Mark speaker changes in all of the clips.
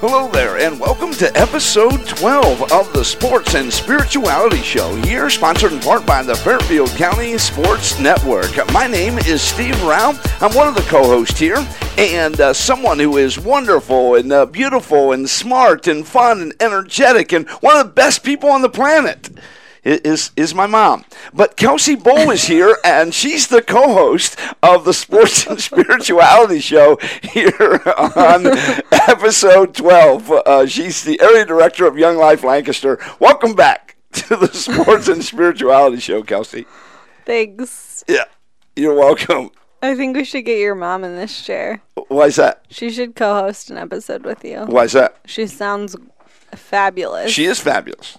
Speaker 1: Hello there, and welcome to episode 12 of the Sports and Spirituality Show, here sponsored in part by the Fairfield County Sports Network. My name is Steve Rao. I'm one of the co hosts here, and uh, someone who is wonderful and uh, beautiful and smart and fun and energetic and one of the best people on the planet is is my mom. But Kelsey Bull is here, and she's the co-host of the Sports and Spirituality Show here on episode twelve. Uh, she's the area director of Young Life Lancaster. Welcome back to the Sports and Spirituality Show, Kelsey.
Speaker 2: Thanks.
Speaker 1: Yeah, you're welcome.
Speaker 2: I think we should get your mom in this chair.
Speaker 1: Why's that?
Speaker 2: She should co-host an episode with you.
Speaker 1: Why's that?
Speaker 2: She sounds fabulous.
Speaker 1: She is fabulous.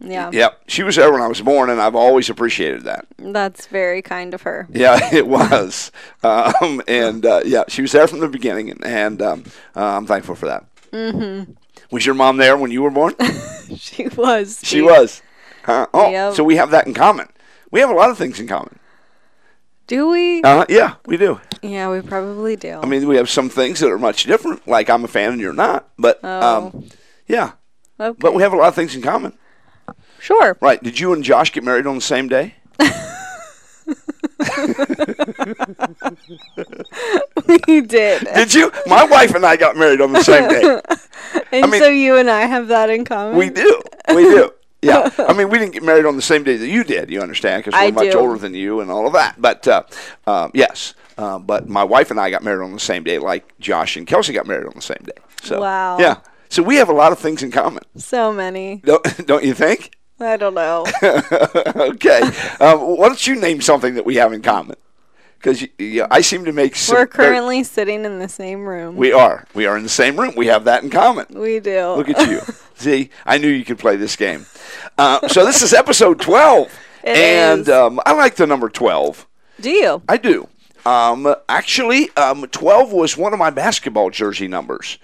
Speaker 2: yeah.
Speaker 1: Yep, she was there when I was born, and I've always appreciated that.
Speaker 2: That's very kind of her.
Speaker 1: Yeah, it was. Um, and uh, yeah, she was there from the beginning, and, and um, uh, I'm thankful for that. Mm-hmm. Was your mom there when you were born?
Speaker 2: She was.
Speaker 1: she was. Huh? Oh,
Speaker 2: Yep.
Speaker 1: so we have that in common. We have a lot of things in common.
Speaker 2: Do we?
Speaker 1: Uh, yeah, we do.
Speaker 2: yeah, we probably do.
Speaker 1: I mean, we have some things that are much different, like I'm a fan and you're not. But
Speaker 2: Oh.
Speaker 1: um, yeah,
Speaker 2: okay.
Speaker 1: but we have a lot of things in common.
Speaker 2: sure.
Speaker 1: Right. Did you and Josh get married on the same day?
Speaker 2: we did.
Speaker 1: Did you? My wife and I got married on the same day.
Speaker 2: And
Speaker 1: mean-
Speaker 2: so you and I have that in common.
Speaker 1: We do. We do. Yeah. I mean, we didn't get married on the same day that you did. You understand? Because we're
Speaker 2: I
Speaker 1: much
Speaker 2: do.
Speaker 1: older than you and all of that. But uh, uh, yes. Uh, but my wife and I got married on the same day, like Josh and Kelsey got married on the same day. So
Speaker 2: Wow.
Speaker 1: Yeah. So we have a lot of things in common,
Speaker 2: So many.
Speaker 1: don't, don't you think?
Speaker 2: I don't know.
Speaker 1: okay. Um, why don't you name something that we have in common? Because yeah, I seem to make. Some,
Speaker 2: We're
Speaker 1: very-
Speaker 2: currently sitting in the same room.
Speaker 1: We are. We are in the same room. We have that in common.
Speaker 2: We do.
Speaker 1: Look at you. See, I knew you could play this game. Uh, so this is episode 12.
Speaker 2: It
Speaker 1: and
Speaker 2: is.
Speaker 1: Um, I like the number 12.
Speaker 2: Do you?
Speaker 1: I do. Um, actually, um, 12 was one of my basketball jersey numbers.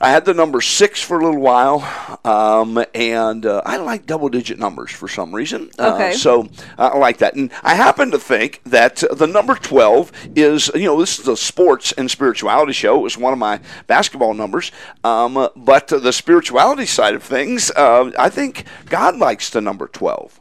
Speaker 1: I had the number six for a little while, um, and uh, I like double digit numbers for some reason. Uh,
Speaker 2: Okay.
Speaker 1: so I like that. And I happen to think that uh, the number 12 is, you know, this is the sports and spirituality show. It was one of my basketball numbers. Um, uh, but uh, the spirituality side of things, uh, I think God likes the number 12.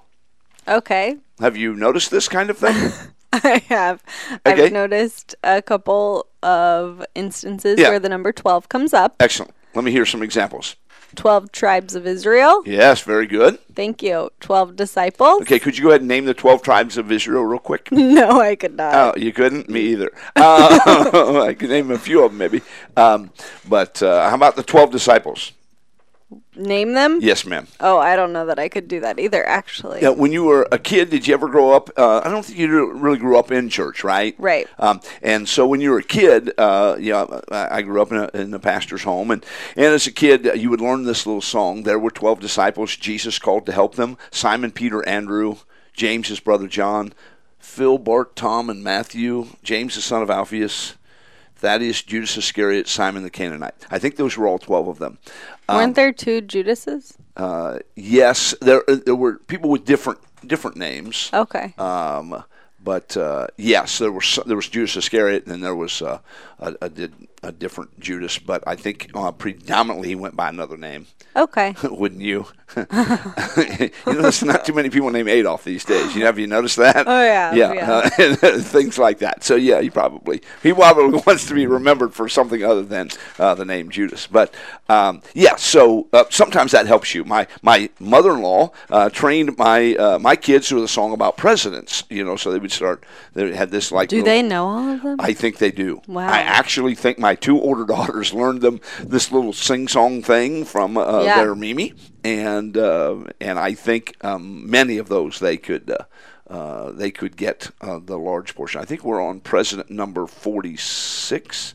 Speaker 2: Okay.
Speaker 1: Have you noticed this kind of thing?
Speaker 2: I have.
Speaker 1: Okay.
Speaker 2: I've noticed a couple of instances
Speaker 1: Yeah. Uh,
Speaker 2: where the number 12 comes up.
Speaker 1: Excellent. Let me hear some examples.
Speaker 2: 12 tribes of Israel.
Speaker 1: Yes, very good.
Speaker 2: Thank you. 12 disciples.
Speaker 1: Okay, could you go ahead and name the 12 tribes of Israel real quick?
Speaker 2: No, I could not.
Speaker 1: Oh, you couldn't? Me either. Uh, I could name a few of them, maybe. Um, but uh, how about the 12 disciples?
Speaker 2: Name them?
Speaker 1: Yes, ma'am.
Speaker 2: Oh, I don't know that I could do that either, actually.
Speaker 1: Now, when you were a kid, did you ever grow up? Uh, I don't think you re- really grew up in church, right?
Speaker 2: Right.
Speaker 1: Um, and so when you were a kid, uh, you know, I I grew up in a, in a pastor's home, and, and as a kid, uh, you would learn this little song. There were 12 disciples Jesus called to help them Simon, Peter, Andrew, James, his brother John, Phil, Bart, Tom, and Matthew, James, the son of Alphaeus. Thaddeus, Judas Iscariot, Simon the Canaanite. I think those were all 12 of them.
Speaker 2: Weren't there two Judases?
Speaker 1: Uh, yes, there, uh, there were people with different different names.
Speaker 2: Okay.
Speaker 1: Um, but uh, yes, there was there was Judas Iscariot, and then there was uh, a, a, di- a different Judas. But I think uh, predominantly he went by another name.
Speaker 2: okay.
Speaker 1: Wouldn't you? you know, there's not too many people named Adolf these days. You know, have you noticed that?
Speaker 2: Oh, yeah,
Speaker 1: yeah,
Speaker 2: yeah.
Speaker 1: uh, and things like that. So yeah, he probably he probably wants to be remembered for something other than uh, the name Judas. But um, yeah, so uh, sometimes that helps you. My my mother-in-law uh, trained my uh, my kids with a song about presidents. You know, so they would start. They had this like.
Speaker 2: Do
Speaker 1: little-
Speaker 2: they know all of them?
Speaker 1: I think they do.
Speaker 2: Wow.
Speaker 1: I actually think my two older daughters learned them this little sing song thing from uh,
Speaker 2: Yeah.
Speaker 1: their Mimi, and uh, and I think um, many of those they could uh, uh, they could get uh, the large portion. I think we're on president number 46.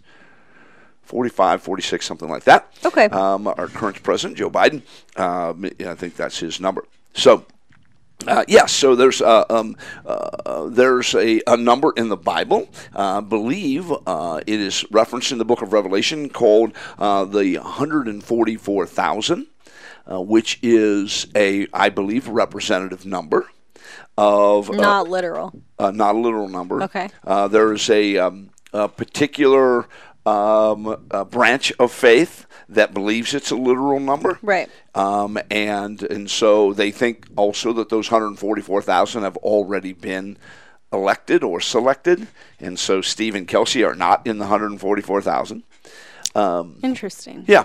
Speaker 1: 45, 46, something like that.
Speaker 2: Okay.
Speaker 1: Um, our current president, Joe Biden, um, I think that's his number. So, uh, yes, so there's uh, um, uh, there's a, a number in the Bible. Uh, I believe uh, it is referenced in the book of Revelation called uh, the 144,000, uh, which is a I believe representative number of uh,
Speaker 2: not literal.
Speaker 1: uh, not a literal number.
Speaker 2: Okay.
Speaker 1: Uh, there is a, um, a particular um, uh, branch of faith that believes it's a literal number.
Speaker 2: Right.
Speaker 1: Um, and and so they think also that those 144,000 have already been elected or selected, and so Steve and Kelsey are not in the 144,000.
Speaker 2: Interesting.
Speaker 1: Yeah.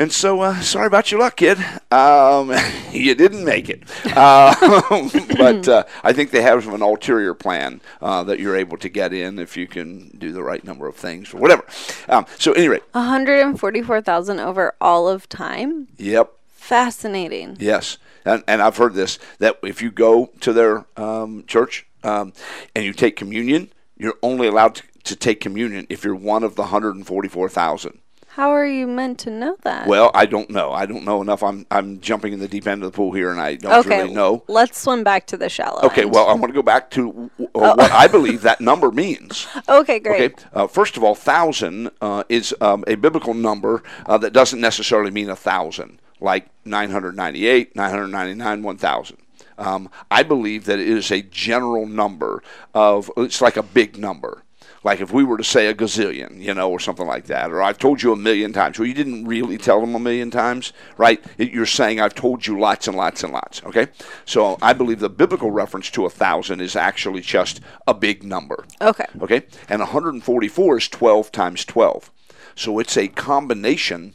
Speaker 1: And so, uh, sorry about your luck, kid. Um, you didn't make it. Um, but uh, I think they have an ulterior plan uh, that you're able to get in if you can do the right number of things or whatever. Um, so, at any rate,
Speaker 2: 144,000 over all of time.
Speaker 1: yep,
Speaker 2: Fascinating.
Speaker 1: Yes, and, and I've heard this that if you go to their um, church um, and you take communion, you're only allowed to, to take communion if you're one of the 144,000.
Speaker 2: How are you meant to know that?
Speaker 1: Well, I don't know. I don't know enough. I'm I'm jumping in the deep end of the pool here, and I don't
Speaker 2: okay.
Speaker 1: really know.
Speaker 2: Let's swim back to the shallow.
Speaker 1: Okay,
Speaker 2: end.
Speaker 1: well, I want to go back to uh, what I believe that number means.
Speaker 2: Okay, great.
Speaker 1: Okay. Uh, first of all, thousand uh, is um, a biblical number uh, that doesn't necessarily mean a thousand, like 998, 999, 1,000. Um, I believe that it is a general number of, it's like a big number. Like if we were to say a gazillion, you know, or something like that, or I've told you a million times. Well, you didn't really tell them a million times, right? It- You're saying I've told you lots and lots and lots, okay? So I believe the biblical reference to a thousand is actually just a big number.
Speaker 2: Okay.
Speaker 1: Okay. And 144 is 12 times 12. So it's a combination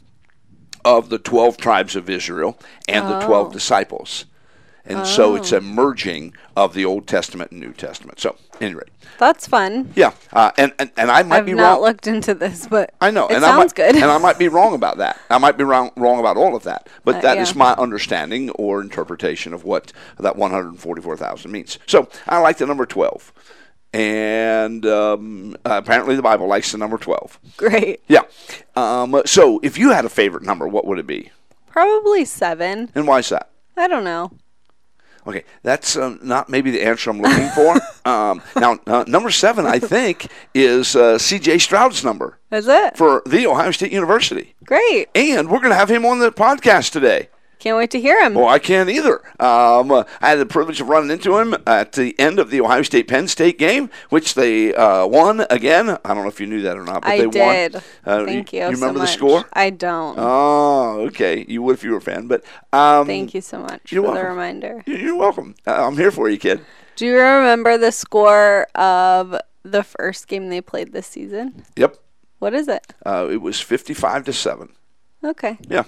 Speaker 1: of the 12 tribes of Israel and the
Speaker 2: Oh.
Speaker 1: 12 disciples. And so it's a merging of the Old Testament and New Testament. So, anyway,
Speaker 2: That's fun.
Speaker 1: yeah. Uh, and, and, and I might
Speaker 2: I've
Speaker 1: be
Speaker 2: not
Speaker 1: wrong.
Speaker 2: looked into this, but
Speaker 1: I know.
Speaker 2: it
Speaker 1: and
Speaker 2: sounds
Speaker 1: I might,
Speaker 2: good.
Speaker 1: and I might be wrong about that. I might be wrong, wrong about all of that. But
Speaker 2: Uh,
Speaker 1: that is
Speaker 2: yeah.
Speaker 1: my understanding or interpretation of what that 144,000 means. So I like the number 12. And um, apparently the Bible likes the number 12.
Speaker 2: great.
Speaker 1: Yeah. Um, so if you had a favorite number, what would it be?
Speaker 2: Probably seven.
Speaker 1: And why is that?
Speaker 2: I don't know.
Speaker 1: Okay, that's um, not maybe the answer I'm looking for. um, now, uh, number seven, I think, is uh, C.J. Stroud's number
Speaker 2: Is it
Speaker 1: for the Ohio State University.
Speaker 2: great?
Speaker 1: And we're going to have him on the podcast today.
Speaker 2: Can't wait to hear him.
Speaker 1: Well, I can't either. Um, uh, I had the privilege of running into him at the end of the Ohio State Penn State game, which they uh, won again. I don't know if you knew that or not, but
Speaker 2: I
Speaker 1: they
Speaker 2: did.
Speaker 1: won. Uh,
Speaker 2: Thank
Speaker 1: you.
Speaker 2: you.
Speaker 1: You
Speaker 2: so
Speaker 1: remember the
Speaker 2: much.
Speaker 1: score?
Speaker 2: I don't.
Speaker 1: Oh, okay. You would if you were a fan, but um,
Speaker 2: Thank you so much
Speaker 1: you're
Speaker 2: for the
Speaker 1: welcome.
Speaker 2: reminder.
Speaker 1: you. You're welcome. Uh, I'm here for you, kid.
Speaker 2: Do you remember the score of the first game they played this season?
Speaker 1: Yep.
Speaker 2: What is it?
Speaker 1: Uh, it was 55 to seven.
Speaker 2: Okay.
Speaker 1: Yeah.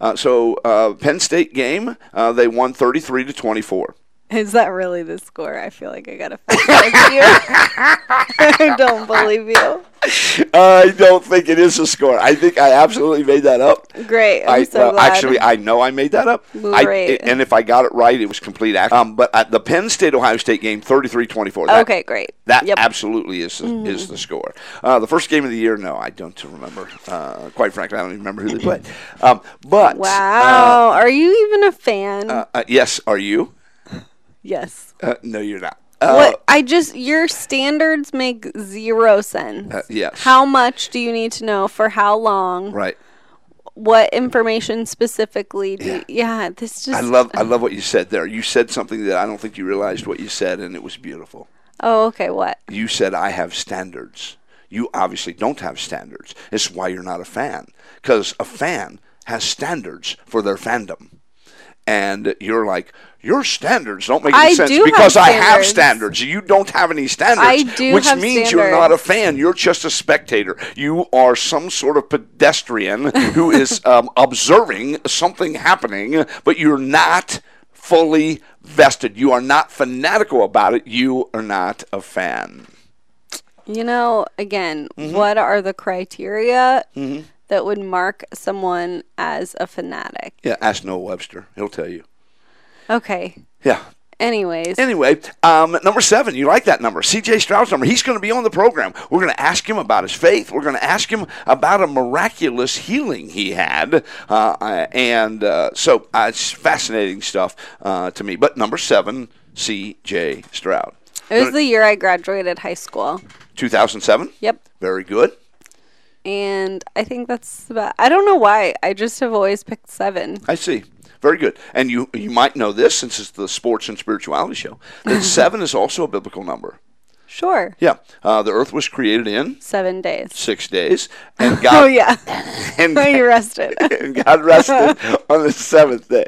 Speaker 1: Uh, so uh, Penn State game, uh, they won 33 to 24.
Speaker 2: Is that really the score? I feel like I gotta fact check you. I don't believe you.
Speaker 1: I don't think it is a score. I think I absolutely made that up.
Speaker 2: Great. I'm
Speaker 1: I,
Speaker 2: so
Speaker 1: uh,
Speaker 2: glad.
Speaker 1: actually, I know I made that up. I,
Speaker 2: Great.
Speaker 1: it- and if I got it right, it was complete. Act- um, but at the Penn State Ohio State game, 33-24. That,
Speaker 2: okay, great.
Speaker 1: That
Speaker 2: yep. Mm-hmm.
Speaker 1: absolutely is the, is the score. Uh, the first game of the year, no, I don't remember. Uh, quite frankly, I don't even remember who they played. Um, but
Speaker 2: wow. Are you even a fan?
Speaker 1: uh, uh, yes, are you?
Speaker 2: yes.
Speaker 1: Uh, no, you're not. Uh,
Speaker 2: what I just your standards make zero sense.
Speaker 1: Uh, yes.
Speaker 2: How much do you need to know for how long?
Speaker 1: Right.
Speaker 2: What information specifically do you, yeah, this just
Speaker 1: I love I love what you said there. You said something that I don't think you realized what you said, and it was beautiful.
Speaker 2: Oh, okay, what?
Speaker 1: You said I have standards. You obviously don't have standards. It's why you're not a fan, because a fan has standards for their fandom. And you're like, your standards don't make any
Speaker 2: I
Speaker 1: sense
Speaker 2: do have
Speaker 1: because I have
Speaker 2: standards."
Speaker 1: standards. You don't have any standards,
Speaker 2: I do
Speaker 1: which
Speaker 2: have
Speaker 1: means you're not a
Speaker 2: standards.
Speaker 1: fan. You're just a spectator. You are some sort of pedestrian who is um, observing something happening, but you're not fully vested. You are not fanatical about it. You are not a fan.
Speaker 2: You know, again,
Speaker 1: Mm-hmm.
Speaker 2: what are the criteria that would mark someone as a fanatic?
Speaker 1: Yeah, ask Noah Webster. He'll tell you.
Speaker 2: Okay.
Speaker 1: Yeah.
Speaker 2: Anyways,
Speaker 1: Anyway, um, number seven, you like that number, C.J. Stroud's number. He's going to be on the program. We're going to ask him about his faith. We're going to ask him about a miraculous healing he had, uh, I- and uh, so uh, it's fascinating stuff uh, to me. But number seven, C.J. Stroud,
Speaker 2: it was the year I graduated high school.
Speaker 1: 2007.
Speaker 2: Yep.
Speaker 1: Very good.
Speaker 2: And I think that's about I don't know why. I just have always picked 7.
Speaker 1: I see. Very good. And you you might know this since it's the sports and spirituality show that seven is also a biblical number.
Speaker 2: Sure.
Speaker 1: Yeah. Uh, the earth was created in
Speaker 2: Seven days.
Speaker 1: six days, and
Speaker 2: Oh,
Speaker 1: God
Speaker 2: yeah.
Speaker 1: and,
Speaker 2: you rested.
Speaker 1: and God rested on the seventh day.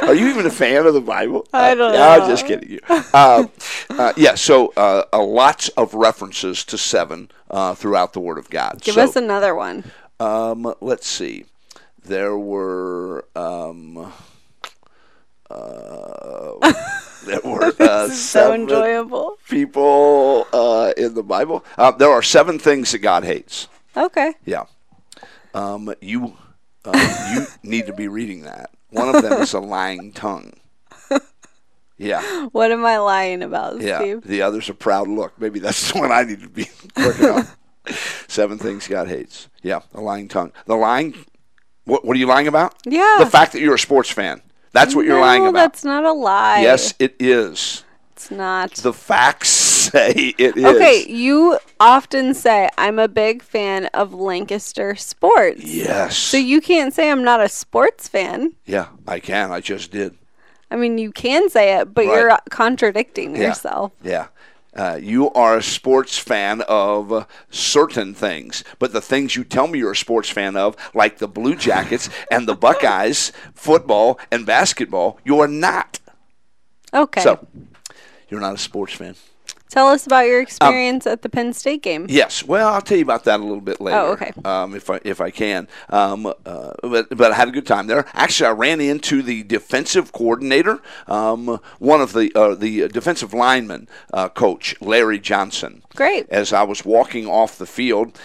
Speaker 1: Are you even a fan of the Bible?
Speaker 2: I don't
Speaker 1: Uh,
Speaker 2: know.
Speaker 1: I'm just kidding you. Uh, uh, yeah, so uh, uh, lots of references to seven uh, throughout the Word of God.
Speaker 2: Give
Speaker 1: so,
Speaker 2: us another one.
Speaker 1: um, let's see. There were um, uh, there were uh,
Speaker 2: So
Speaker 1: seven
Speaker 2: enjoyable.
Speaker 1: people uh, in the Bible. Uh, there are seven things that God hates.
Speaker 2: Okay.
Speaker 1: Yeah. Um, you uh, you need to be reading that. One of them is a lying tongue. Yeah,
Speaker 2: What am I lying about,
Speaker 1: yeah.
Speaker 2: Steve?
Speaker 1: The other's a proud look. Maybe that's the one I need to be working on. Seven things God hates. Yeah, a lying tongue. The lying. What, what are you lying about?
Speaker 2: Yeah.
Speaker 1: The fact that you're a sports fan. That's what you're lying
Speaker 2: no,
Speaker 1: about.
Speaker 2: that's not a lie.
Speaker 1: Yes, it is.
Speaker 2: It's not.
Speaker 1: The facts say it is.
Speaker 2: Okay, you often say I'm a big fan of Lancaster sports.
Speaker 1: Yes.
Speaker 2: So you can't say I'm not a sports fan.
Speaker 1: yeah, I can. I just did.
Speaker 2: I mean, you can say it, but
Speaker 1: Right.
Speaker 2: you're contradicting
Speaker 1: Yeah.
Speaker 2: yourself.
Speaker 1: Yeah. Uh, you are a sports fan of uh, certain things, but the things you tell me you're a sports fan of, like the Blue Jackets and the Buckeyes, football and basketball, you are not.
Speaker 2: Okay.
Speaker 1: So, you're not a sports fan.
Speaker 2: Tell us about
Speaker 1: Oh.
Speaker 2: your experience at the Penn State game.
Speaker 1: Yes. Well, I'll tell you about that a little bit later.
Speaker 2: Oh, okay.
Speaker 1: Um, if I if I can. Um, uh, but, but I had a good time there. Actually, I ran into the defensive coordinator, um, one of the uh, the defensive lineman uh, coach, Larry Johnson.
Speaker 2: Great.
Speaker 1: As I was walking off the field.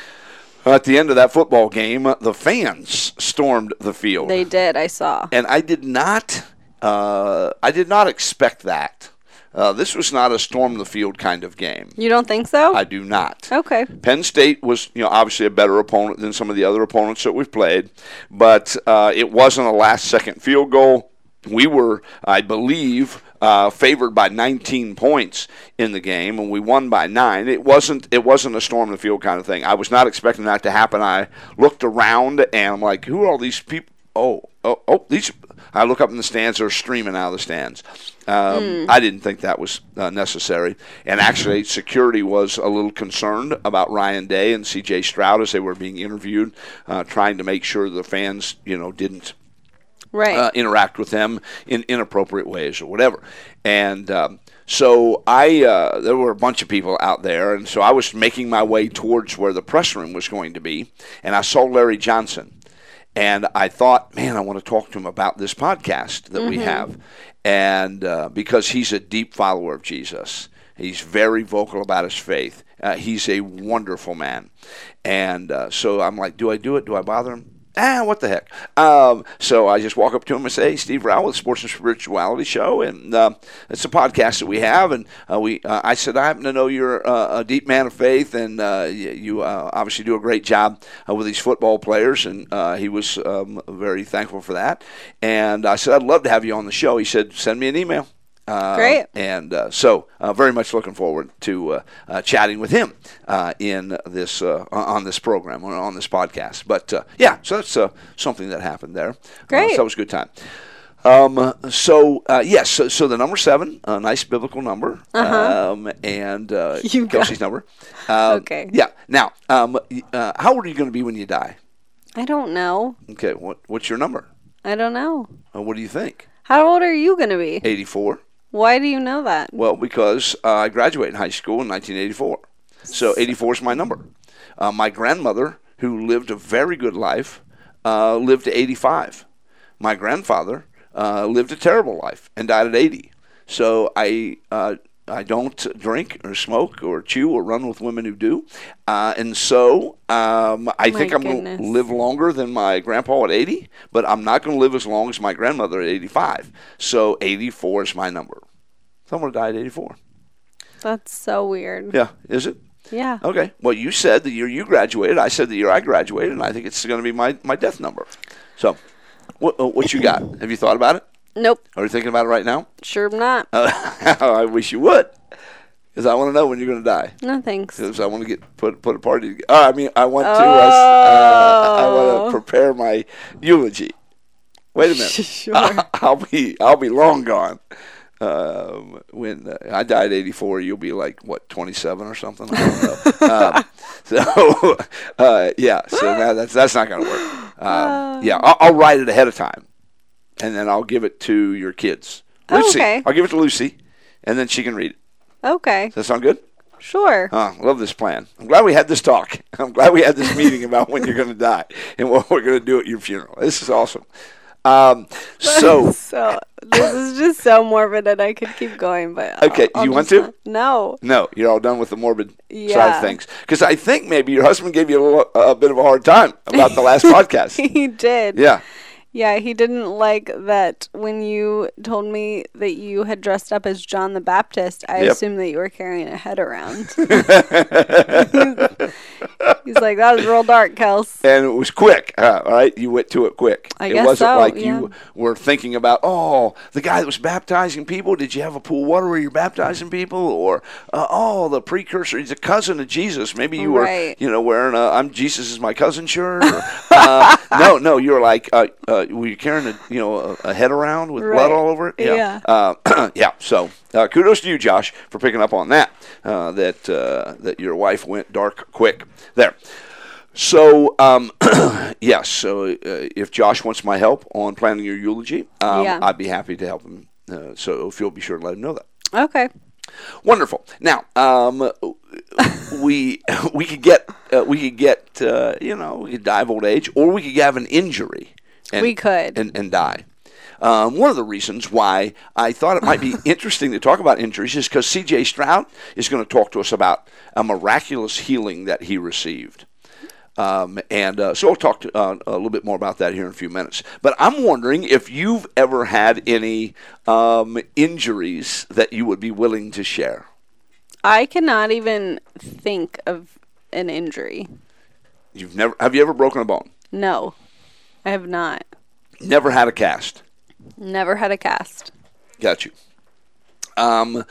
Speaker 1: uh, At the end of that football game, uh, the fans stormed the field
Speaker 2: They did, I saw.
Speaker 1: and I did not uh, I did not expect that. Uh, this was not a storm the field kind of game.
Speaker 2: You don't think so?
Speaker 1: I do not.
Speaker 2: Okay.
Speaker 1: Penn State was, you know, obviously a better opponent than some of the other opponents that we've played, but uh, it wasn't a last-second field goal. We were, I believe, uh, favored by 19 points in the game, and we won by nine. It wasn't, it wasn't a storm in the field kind of thing. I was not expecting that to happen. I looked around and I'm like, who are all these people? Oh, oh, oh, these. I look up in the stands; they're streaming out of the stands. Um, I didn't think that was uh, necessary, and actually, security was a little concerned about Ryan Day and C.J. Stroud as they were being interviewed, uh, trying to make sure the fans, you know, didn't
Speaker 2: Right.
Speaker 1: uh, interact with them in inappropriate ways or whatever. And um, so I, uh, there were a bunch of people out there, and so I was making my way towards where the press room was going to be, and I saw Larry Johnson, and I thought, man, I want to talk to him about this podcast that we have, and uh, because he's a deep follower of Jesus, he's very vocal about his faith. Uh, he's a wonderful man, and uh, so I'm like, do I do it? Do I bother him? ah, what the heck? Um, so I just walk up to him and say, hey, Steve Rowell with Sports and Spirituality Show, and uh, it's a podcast that we have. And uh, we, uh, I said, I happen to know you're uh, a deep man of faith, and uh, y- you uh, obviously do a great job uh, with these football players. And uh, he was um, very thankful for that. And I said, I'd love to have you on the show. He said, send me an email. Uh,
Speaker 2: Great.
Speaker 1: and uh, so uh, very much looking forward to uh, uh, chatting with him uh, in this uh, on this program on, on this podcast. But uh, yeah, so that's uh, something that happened there.
Speaker 2: Great.
Speaker 1: Uh, so that was a good time. Um, so uh, yes, so, so the number seven, a nice biblical number, um, and uh,
Speaker 2: You Uh-huh. got-
Speaker 1: Kelsey's number. Um,
Speaker 2: Okay.
Speaker 1: Yeah. Now, um, y- uh, how old are you going to be when you die?
Speaker 2: I don't know.
Speaker 1: Okay. What, what's your number?
Speaker 2: I don't know.
Speaker 1: Uh, what do you think?
Speaker 2: How old are you going to be?
Speaker 1: Eighty-four.
Speaker 2: Why do you know that?
Speaker 1: Well, because uh, I graduated in high school in 1984. So 84 is my number. Uh, my grandmother, who lived a very good life, uh, lived to 85. My grandfather uh, lived a terrible life and died at 80. So I, uh, I don't drink or smoke or chew or run with women who do. Uh, and so um, I
Speaker 2: My
Speaker 1: think I'm going
Speaker 2: goodness.
Speaker 1: to live longer than my grandpa at 80, but I'm not going to live as long as my grandmother at 85. So 84 is my number. Someone died at 84.
Speaker 2: That's so weird.
Speaker 1: Yeah, Uh, is it?
Speaker 2: Yeah.
Speaker 1: Okay. Well, you said the year you graduated. I said the year I graduated, and I think it's going to be my, my death number. So, what, uh, what you got? Have you thought about it?
Speaker 2: Nope.
Speaker 1: Are you thinking about it right now?
Speaker 2: Sure am not.
Speaker 1: Uh, I wish you would, because I want to know when you're going to die.
Speaker 2: no thanks.
Speaker 1: 'Cause I want to get put put a party. toge- Uh, I mean, I want to. Uh, uh, I
Speaker 2: Oh.
Speaker 1: want to prepare my eulogy. Wait a minute. Uh,
Speaker 2: Sure.
Speaker 1: I'll be I'll be long gone. um, when uh, I died 84, you'll be like what 27 or something. I don't know. um, so uh, yeah, so that, that's that's not gonna work.
Speaker 2: Oh.
Speaker 1: Um, yeah, I'll, I'll write it ahead of time, and then I'll give it to your kids.
Speaker 2: Oh,
Speaker 1: Lucy,
Speaker 2: okay.
Speaker 1: I'll give it to Lucy, and then she can read it.
Speaker 2: Okay.
Speaker 1: Does that sound good?
Speaker 2: Sure.
Speaker 1: Huh, Ah, love this plan. I'm glad we had this talk. I'm glad we had this meeting about when you're going to die and what we're going to do at your funeral. This is awesome. Um, so,
Speaker 2: so this is just so morbid and I could keep going, but I'll-
Speaker 1: Okay,
Speaker 2: I'll
Speaker 1: you want
Speaker 2: just
Speaker 1: to?
Speaker 2: not- No.
Speaker 1: no, you're all done with the morbid side
Speaker 2: Yeah.
Speaker 1: of things. Because I think maybe your husband gave you a, little, a bit of a hard time about the last podcast.
Speaker 2: He did.
Speaker 1: Yeah.
Speaker 2: Yeah, he didn't like that when you told me that you had dressed up as John the Baptist. I
Speaker 1: Yep.
Speaker 2: assumed that you were carrying a head around. He's like, that was real dark, Kels.
Speaker 1: And it was quick. Uh, all right. You went to it quick.
Speaker 2: I
Speaker 1: it
Speaker 2: guess
Speaker 1: wasn't
Speaker 2: so,
Speaker 1: like
Speaker 2: yeah.
Speaker 1: you were thinking about, oh, the guy that was baptizing people. Did you have a pool of water where you're baptizing people? Or, uh, oh, the precursor, he's a cousin of Jesus. Maybe you
Speaker 2: Right.
Speaker 1: were, you know, wearing a I'm Jesus is my cousin shirt. Or, uh, no, no. You were like, uh, uh, were you carrying a, you know, a, a head around with blood
Speaker 2: Right.
Speaker 1: all over it?
Speaker 2: Yeah.
Speaker 1: Uh, yeah. So uh, kudos to you, Josh, for picking up on that. Uh, that uh, that your wife went dark quick there. So um, yes. So uh, if Josh wants my help on planning your eulogy, um,
Speaker 2: Yeah.
Speaker 1: I'd be happy to help him. Uh, so if you'll be sure to let him know that.
Speaker 2: Okay.
Speaker 1: Wonderful. Now, um, we we could get uh, we could get uh, you know we could die of old age, or we could have an injury. And,
Speaker 2: We could.
Speaker 1: and and die. Um, one of the reasons why I thought it might be interesting to talk about injuries is because C.J. Stroud is going to talk to us about a miraculous healing that he received. Um, and uh, so I'll talk to, uh, a little bit more about that here in a few minutes. But I'm wondering if you've ever had any um, injuries that you would be willing to share.
Speaker 2: I cannot even think of an injury.
Speaker 1: You've never have you ever broken a bone?
Speaker 2: No, I have not.
Speaker 1: Never had a cast.
Speaker 2: Never had a cast.
Speaker 1: Got you. Um,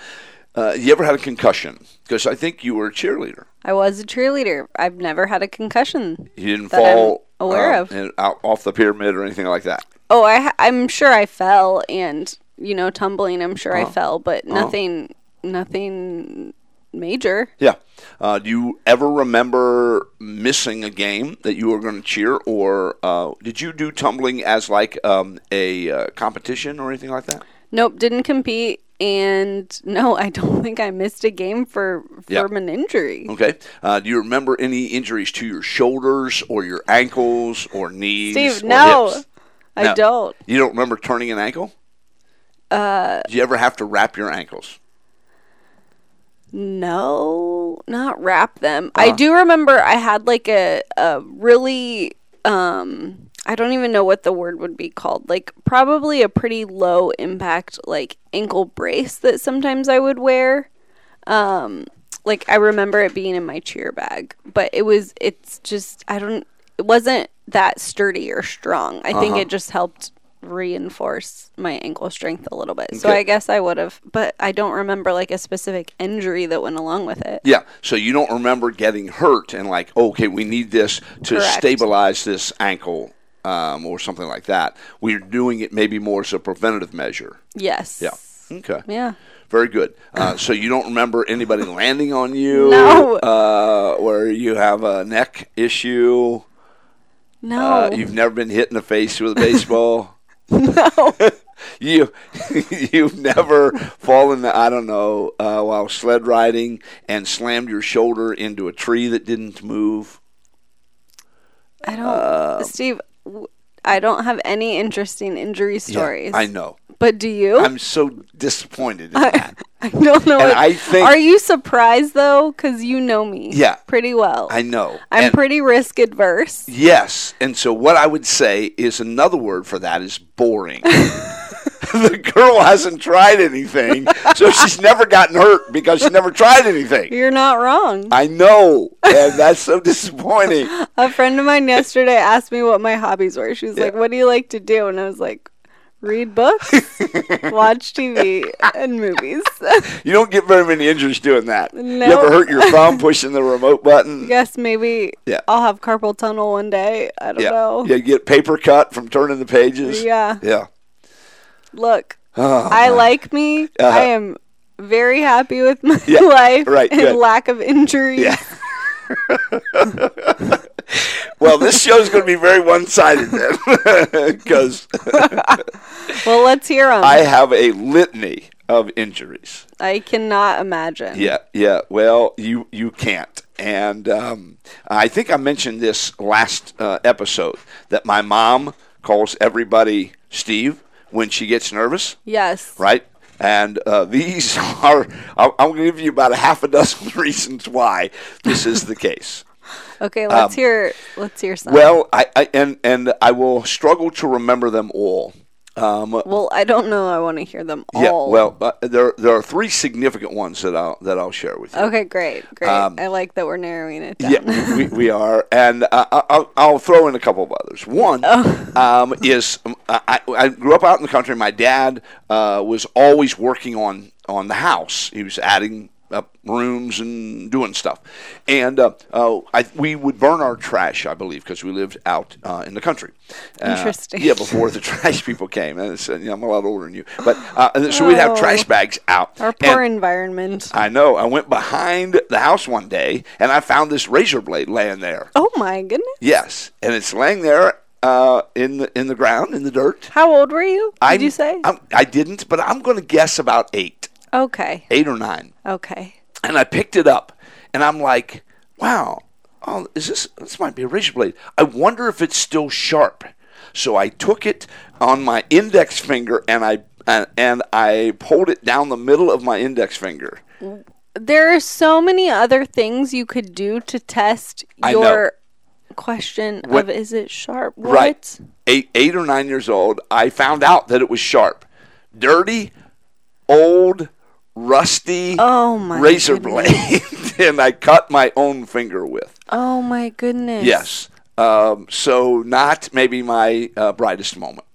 Speaker 1: uh, you ever had a concussion? Because I think you were a cheerleader.
Speaker 2: I was a cheerleader. I've never had a concussion.
Speaker 1: You didn't
Speaker 2: That I'm
Speaker 1: fall
Speaker 2: aware
Speaker 1: um,
Speaker 2: of.
Speaker 1: in- out, off the pyramid or anything like that.
Speaker 2: Oh, I ha- I'm sure I fell and you know tumbling. I'm sure
Speaker 1: Oh.
Speaker 2: I fell, but nothing, nothing major.
Speaker 1: Yeah. Uh, do you ever remember missing a game that you were going to cheer, or uh, did you do tumbling as like um, a uh, competition or anything like that?
Speaker 2: Nope, didn't compete. And no, I don't think I missed a game for from
Speaker 1: Yeah.
Speaker 2: an injury.
Speaker 1: Okay. Uh, do you remember any injuries to your shoulders or your ankles or knees?
Speaker 2: Steve,
Speaker 1: or
Speaker 2: no,
Speaker 1: hips?
Speaker 2: I
Speaker 1: No.
Speaker 2: don't.
Speaker 1: You don't remember turning an ankle? Uh, do you ever have to wrap your ankles?
Speaker 2: No, not wrap them. I do remember I had like a a really um I don't even know what the word would be called. Like probably a pretty low impact like ankle brace that sometimes I would wear. Um like I remember it being in my cheer bag, but it was it's just I don't it wasn't that sturdy or strong. I think it just helped reinforce my ankle strength a little bit. So
Speaker 1: Okay.
Speaker 2: I guess I would have, but I don't remember like a specific injury that went along with it.
Speaker 1: Yeah. So you don't remember getting hurt and like, okay, we need this to
Speaker 2: Correct.
Speaker 1: stabilize this ankle um, or something like that. We're doing it maybe more as a preventative measure.
Speaker 2: Yes.
Speaker 1: Yeah. Okay.
Speaker 2: Yeah.
Speaker 1: Very good. Uh, so you don't remember anybody landing on you?
Speaker 2: No.
Speaker 1: Uh, where you have a neck issue?
Speaker 2: No.
Speaker 1: Uh, you've never been hit in the face with a baseball. no. you you've never fallen. I don't know uh, while sled riding and slammed your shoulder into a tree that didn't move.
Speaker 2: I don't.
Speaker 1: Um,
Speaker 2: Steve, w- I don't have any interesting injury
Speaker 1: Yeah,
Speaker 2: stories.
Speaker 1: I know.
Speaker 2: But do you?
Speaker 1: I'm so disappointed in that.
Speaker 2: I don't know.
Speaker 1: And
Speaker 2: what-
Speaker 1: I think-
Speaker 2: Are you surprised though? Because you know me.
Speaker 1: Yeah.
Speaker 2: Pretty well.
Speaker 1: I know.
Speaker 2: I'm
Speaker 1: And-
Speaker 2: pretty risk adverse.
Speaker 1: Yes. And so what I would say is another word for that is boring. the girl hasn't tried anything, so she's never gotten hurt because she never tried anything.
Speaker 2: You're not wrong.
Speaker 1: I know, and that's so disappointing.
Speaker 2: A friend of mine yesterday asked me what my hobbies were. She was like, "What do you like to do?" And I was like, "Read books, watch TV, and movies."
Speaker 1: You don't get very many injuries doing that. You
Speaker 2: No.
Speaker 1: ever hurt your thumb pushing the remote button?
Speaker 2: Guess maybe
Speaker 1: Yeah.
Speaker 2: I'll have carpal tunnel one day. I don't
Speaker 1: Yeah.
Speaker 2: know.
Speaker 1: You get paper cut from turning the pages.
Speaker 2: Yeah.
Speaker 1: Yeah.
Speaker 2: Look,
Speaker 1: Oh, Uh-huh.
Speaker 2: I like me. I am very happy with my
Speaker 1: Yeah,
Speaker 2: life
Speaker 1: right,
Speaker 2: and
Speaker 1: good.
Speaker 2: lack of injuries.
Speaker 1: Yeah. well, this show's going to be very one-sided then, because
Speaker 2: Well, let's hear them.
Speaker 1: I
Speaker 2: I,
Speaker 1: have a litany of injuries.
Speaker 2: cannot imagine.
Speaker 1: Yeah, yeah. Well, you you can't. And um, I think I mentioned this last uh, episode that my mom calls everybody Steve when she gets nervous,
Speaker 2: Yes.
Speaker 1: right? And uh, these are I'm going to give you about a half a dozen reasons why this is the case.
Speaker 2: Okay, let's hear. Let's hear some. Well,
Speaker 1: Um, Well, I, I and and I will struggle to remember them all. Um,
Speaker 2: I don't know. I want to hear them all.
Speaker 1: yeah. Well, uh, there there are three significant ones that I'll that I'll share with you.
Speaker 2: Okay, great, great.
Speaker 1: Um,
Speaker 2: I like that we're narrowing it down.
Speaker 1: Yeah, we, we are, and uh, I- I'll, I'll throw in a couple of others. One
Speaker 2: Oh.
Speaker 1: um, is um, I, I- I grew up out in the country. My dad uh, was always working on on the house. He was adding up rooms and doing stuff, and uh, uh, I, we would burn our trash, I believe, because we lived out uh, in the country. Uh,
Speaker 2: Interesting.
Speaker 1: yeah, before the trash people came, and it's, uh, you know, I'm a lot older than you, but uh, and so we'd have
Speaker 2: Oh.
Speaker 1: trash bags out.
Speaker 2: Our
Speaker 1: and-
Speaker 2: poor environment.
Speaker 1: I know. I went behind the house one day and I found this razor blade laying there.
Speaker 2: oh my goodness!
Speaker 1: Yes, and it's laying there uh, in the in the ground in the dirt.
Speaker 2: How old were you? Did
Speaker 1: I'm-
Speaker 2: you say?
Speaker 1: I'm, I didn't, but I'm going to guess about eight,
Speaker 2: okay,
Speaker 1: eight or nine.
Speaker 2: okay.
Speaker 1: And I picked it up, and I'm like, wow, oh, is this this might be a razor blade? I wonder if it's still sharp. So I took it on my index finger and I and, and I pulled it down the middle of my index finger.
Speaker 2: There are so many other things you could do to test
Speaker 1: I know.
Speaker 2: your question of
Speaker 1: What-
Speaker 2: is it sharp? What?
Speaker 1: Right. Eight, eight or nine years old, I found out that it was sharp. Dirty, old, rusty
Speaker 2: Oh my
Speaker 1: razor
Speaker 2: goodness.
Speaker 1: blade. and I cut my own finger with.
Speaker 2: Oh my goodness.
Speaker 1: Yes. Um, so, not maybe my uh, brightest moment.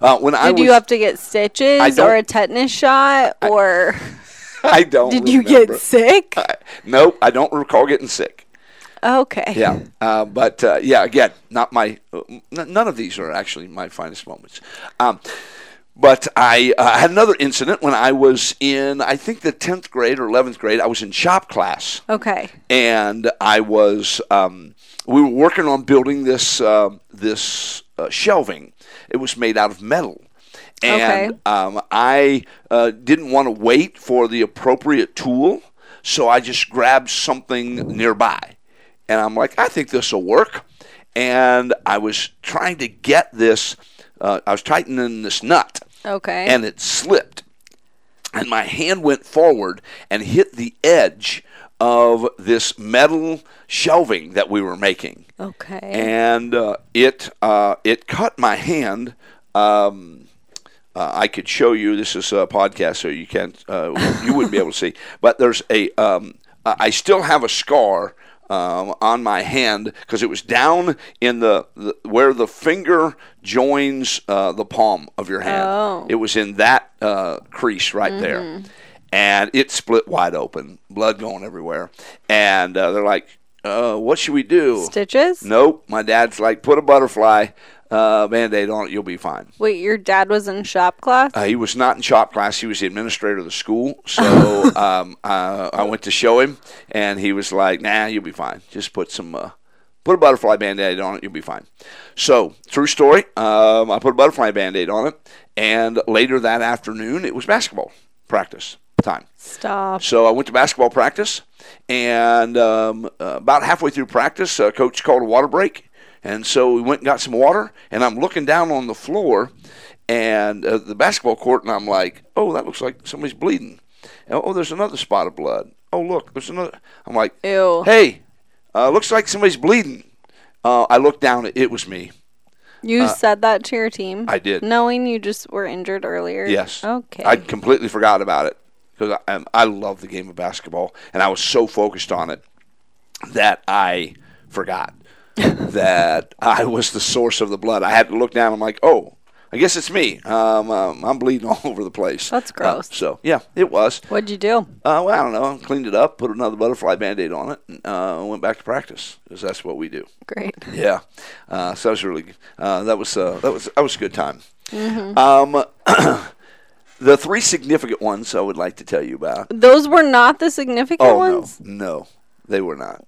Speaker 1: Uh, when I
Speaker 2: Did
Speaker 1: was,
Speaker 2: you have to get stitches
Speaker 1: don't-
Speaker 2: or a tetanus shot or
Speaker 1: I don't.
Speaker 2: did you
Speaker 1: remember.
Speaker 2: get sick?
Speaker 1: I, nope, I don't recall getting sick.
Speaker 2: Okay.
Speaker 1: Yeah, uh, but uh, yeah, again, not my. Uh, n- none of these are actually my finest moments. Um, but I uh, had another incident when I was in, I think, the tenth grade or eleventh grade. I was in shop class,
Speaker 2: Okay.
Speaker 1: and I was. Um, we were working on building this um this uh, shelving. It was made out of metal. And
Speaker 2: Okay.
Speaker 1: um, I uh, didn't want to wait for the appropriate tool, so I just grabbed something nearby. And I'm like, I think this will work. And I was trying to get this, uh, I was tightening this nut,
Speaker 2: Okay.
Speaker 1: and it slipped. And my hand went forward and hit the edge of this metal shelving that we were making
Speaker 2: okay.
Speaker 1: and uh, it uh, it cut my hand. Um, uh, I could show you. This is a podcast, so you can't uh, you wouldn't be able to see. But there's a um, I I still have a scar. Um, on my hand because it was down in the, the where the finger joins uh, the palm of your hand.
Speaker 2: Oh. Mm-hmm.
Speaker 1: It was in that uh, crease right there, and it split wide open, blood going everywhere. And uh, they're like, uh, "What should we do?"
Speaker 2: stitches?
Speaker 1: Nope. My dad's like, put a butterfly uh, band aid on it, you'll be fine.
Speaker 2: Wait, your dad was in shop class?
Speaker 1: Uh, he was not in shop class. He was the administrator of the school. So um, uh, I went to show him, and he was like, nah, you'll be fine. Just put some. Uh, Put a butterfly band-aid on it, you'll be fine. So, true story, um, I put a butterfly band-aid on it, and later that afternoon, it was basketball practice time.
Speaker 2: Stop.
Speaker 1: So I went to basketball practice, and um, uh, about halfway through practice, uh, coach called a water break, and so we went and got some water. And I'm looking down on the floor, and uh, the basketball court, and I'm like, "Oh, that looks like somebody's bleeding." And, oh, there's another spot of blood. Oh, look, there's another. I'm like,
Speaker 2: Ew.
Speaker 1: "Hey, uh, looks like somebody's bleeding." Uh, I looked down. It was me.
Speaker 2: You said that to your team?
Speaker 1: uh, I did.
Speaker 2: Knowing you just were injured earlier?
Speaker 1: Yes.
Speaker 2: Okay.
Speaker 1: I completely forgot about it because I, um, I love the game of basketball, and I was so focused on it that I forgot that I was the source of the blood. I had to look down. I'm like, oh, I guess it's me. Um, um, I'm bleeding all over the place.
Speaker 2: That's
Speaker 1: Uh,
Speaker 2: gross.
Speaker 1: so yeah, it was.
Speaker 2: What'd you do?
Speaker 1: Uh, well, I don't know. Cleaned it up, put another butterfly band-aid on it, and uh, went back to practice because that's what we do.
Speaker 2: Great.
Speaker 1: Yeah,
Speaker 2: Mm-hmm.
Speaker 1: uh, so that was really uh, that was uh, that was that was a good time. Um, The three significant ones I would like to tell you about.
Speaker 2: Those were not the significant
Speaker 1: Oh
Speaker 2: ones.
Speaker 1: no, no, they were not.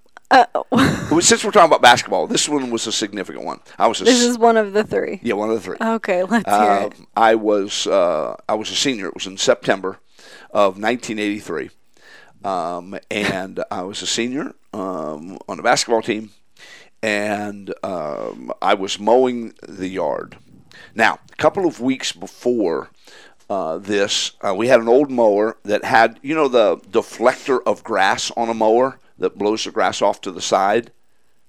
Speaker 2: Oh,
Speaker 1: Well, Since we're talking about basketball, this one was a significant one. I was a
Speaker 2: this
Speaker 1: s-
Speaker 2: is one of the three.
Speaker 1: yeah one of the three.
Speaker 2: Okay, let's hear it.
Speaker 1: Um, I was uh, I was a senior. It was in September of 1983, um, and I was a senior um, on a basketball team, and um, I was mowing the yard. Now, a couple of weeks before uh, this, uh, we had an old mower that had you know the deflector of grass on a mower that blows the grass off to the side.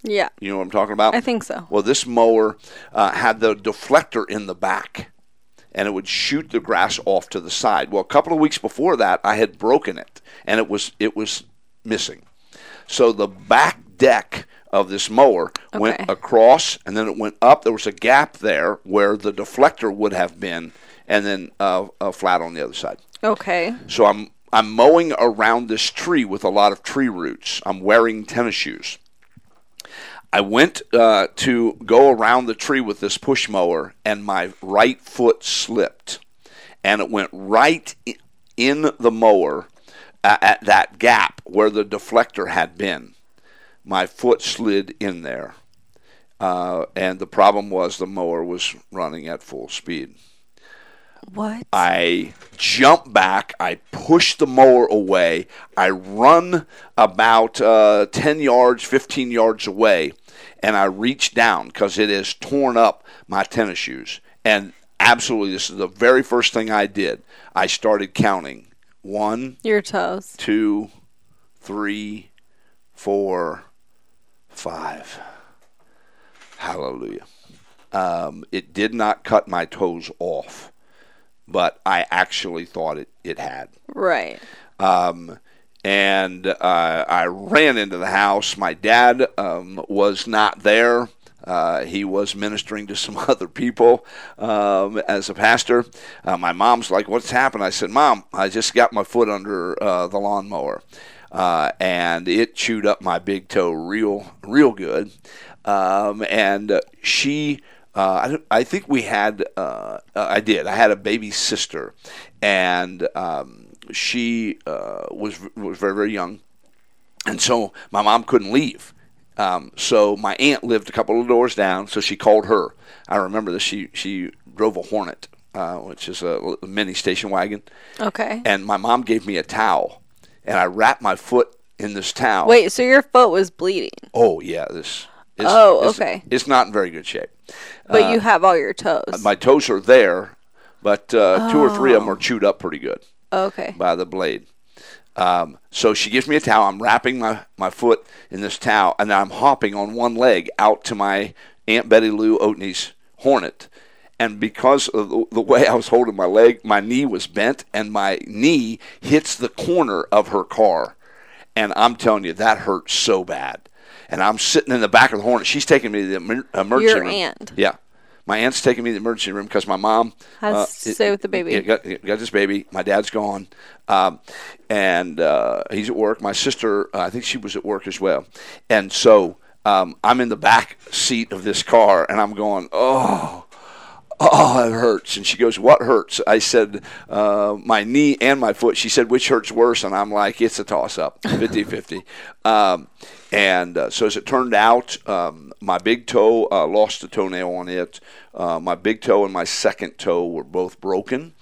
Speaker 2: Yeah,
Speaker 1: You know what I'm talking about?
Speaker 2: I think so.
Speaker 1: Well, this mower uh, had the deflector in the back, and it would shoot the grass off to the side. Well, a couple of weeks before that, I had broken it, and it was it was missing. So the back deck of this mower went
Speaker 2: Okay.
Speaker 1: across, and then it went up. There was a gap there where the deflector would have been, and then uh, uh, flat on the other side.
Speaker 2: Okay.
Speaker 1: So I'm I'm mowing around this tree with a lot of tree roots. I'm wearing tennis shoes. I went uh, to go around the tree with this push mower, and my right foot slipped, and it went right i- in the mower uh, at that gap where the deflector had been. My foot slid in there, uh, and the problem was the mower was running at full speed.
Speaker 2: What?
Speaker 1: I jump back. I push the mower away. I run about uh, 10 yards, 15 yards away, and I reach down because it has torn up my tennis shoes. And absolutely, this is the very first thing I did. I started counting one,
Speaker 2: Your toes.
Speaker 1: two, three, four, five. Hallelujah. Um, it did not cut my toes off, but I actually thought it, it had.
Speaker 2: Right.
Speaker 1: Um, and uh, I ran into the house. My dad um, was not there. Uh, he was ministering to some other people um, as a pastor. Uh, my mom's like, What's happened? I said, Mom, I just got my foot under uh, the lawnmower. Uh, and it chewed up my big toe real, real good. Um, and uh, she uh, I, don't- I think we had, uh, uh, I did. I had a baby sister, and um, she uh, was was very very young, and so my mom couldn't leave. Um, so my aunt lived a couple of doors down, so she called her. I remember this. She she drove a Hornet, uh, which is a mini station wagon,
Speaker 2: Okay.
Speaker 1: and my mom gave me a towel, and I wrapped my foot in this towel.
Speaker 2: Wait, so your foot was bleeding,
Speaker 1: Oh yeah, this. It's,
Speaker 2: Oh,
Speaker 1: it's-
Speaker 2: okay.
Speaker 1: it's not in very good shape.
Speaker 2: but you have all your toes.
Speaker 1: Uh, my toes are there, but uh, two or three of
Speaker 2: Oh.
Speaker 1: them are chewed up pretty good
Speaker 2: okay.
Speaker 1: by the blade. Um, so she gives me a towel. I'm wrapping my, my foot in this towel, and I'm hopping on one leg out to my Aunt Betty Lou Oatney's Hornet. And because of the, the way I was holding my leg, my knee was bent, and my knee hits the corner of her car. And I'm telling you, that hurt so bad. And I'm sitting in the back of the Hornet. She's taking me to the emer- emergency
Speaker 2: Your
Speaker 1: room.
Speaker 2: aunt.
Speaker 1: Yeah. My aunt's taking me to the emergency room because my mom
Speaker 2: Has to stay with the baby.
Speaker 1: Uh, yeah, got, got this baby. My dad's gone, um, and uh, he's at work. My sister, uh, I think she was at work as well, and so um, I'm in the back seat of this car, and I'm going, oh. Oh, it hurts. And she goes, What hurts? I said, uh, My knee and my foot. She said, Which hurts worse? And I'm like, It's a toss up, 50 50. Um, and uh, so, as it turned out, um, my big toe uh, lost a toenail on it. Uh, my big toe and my second toe were both broken.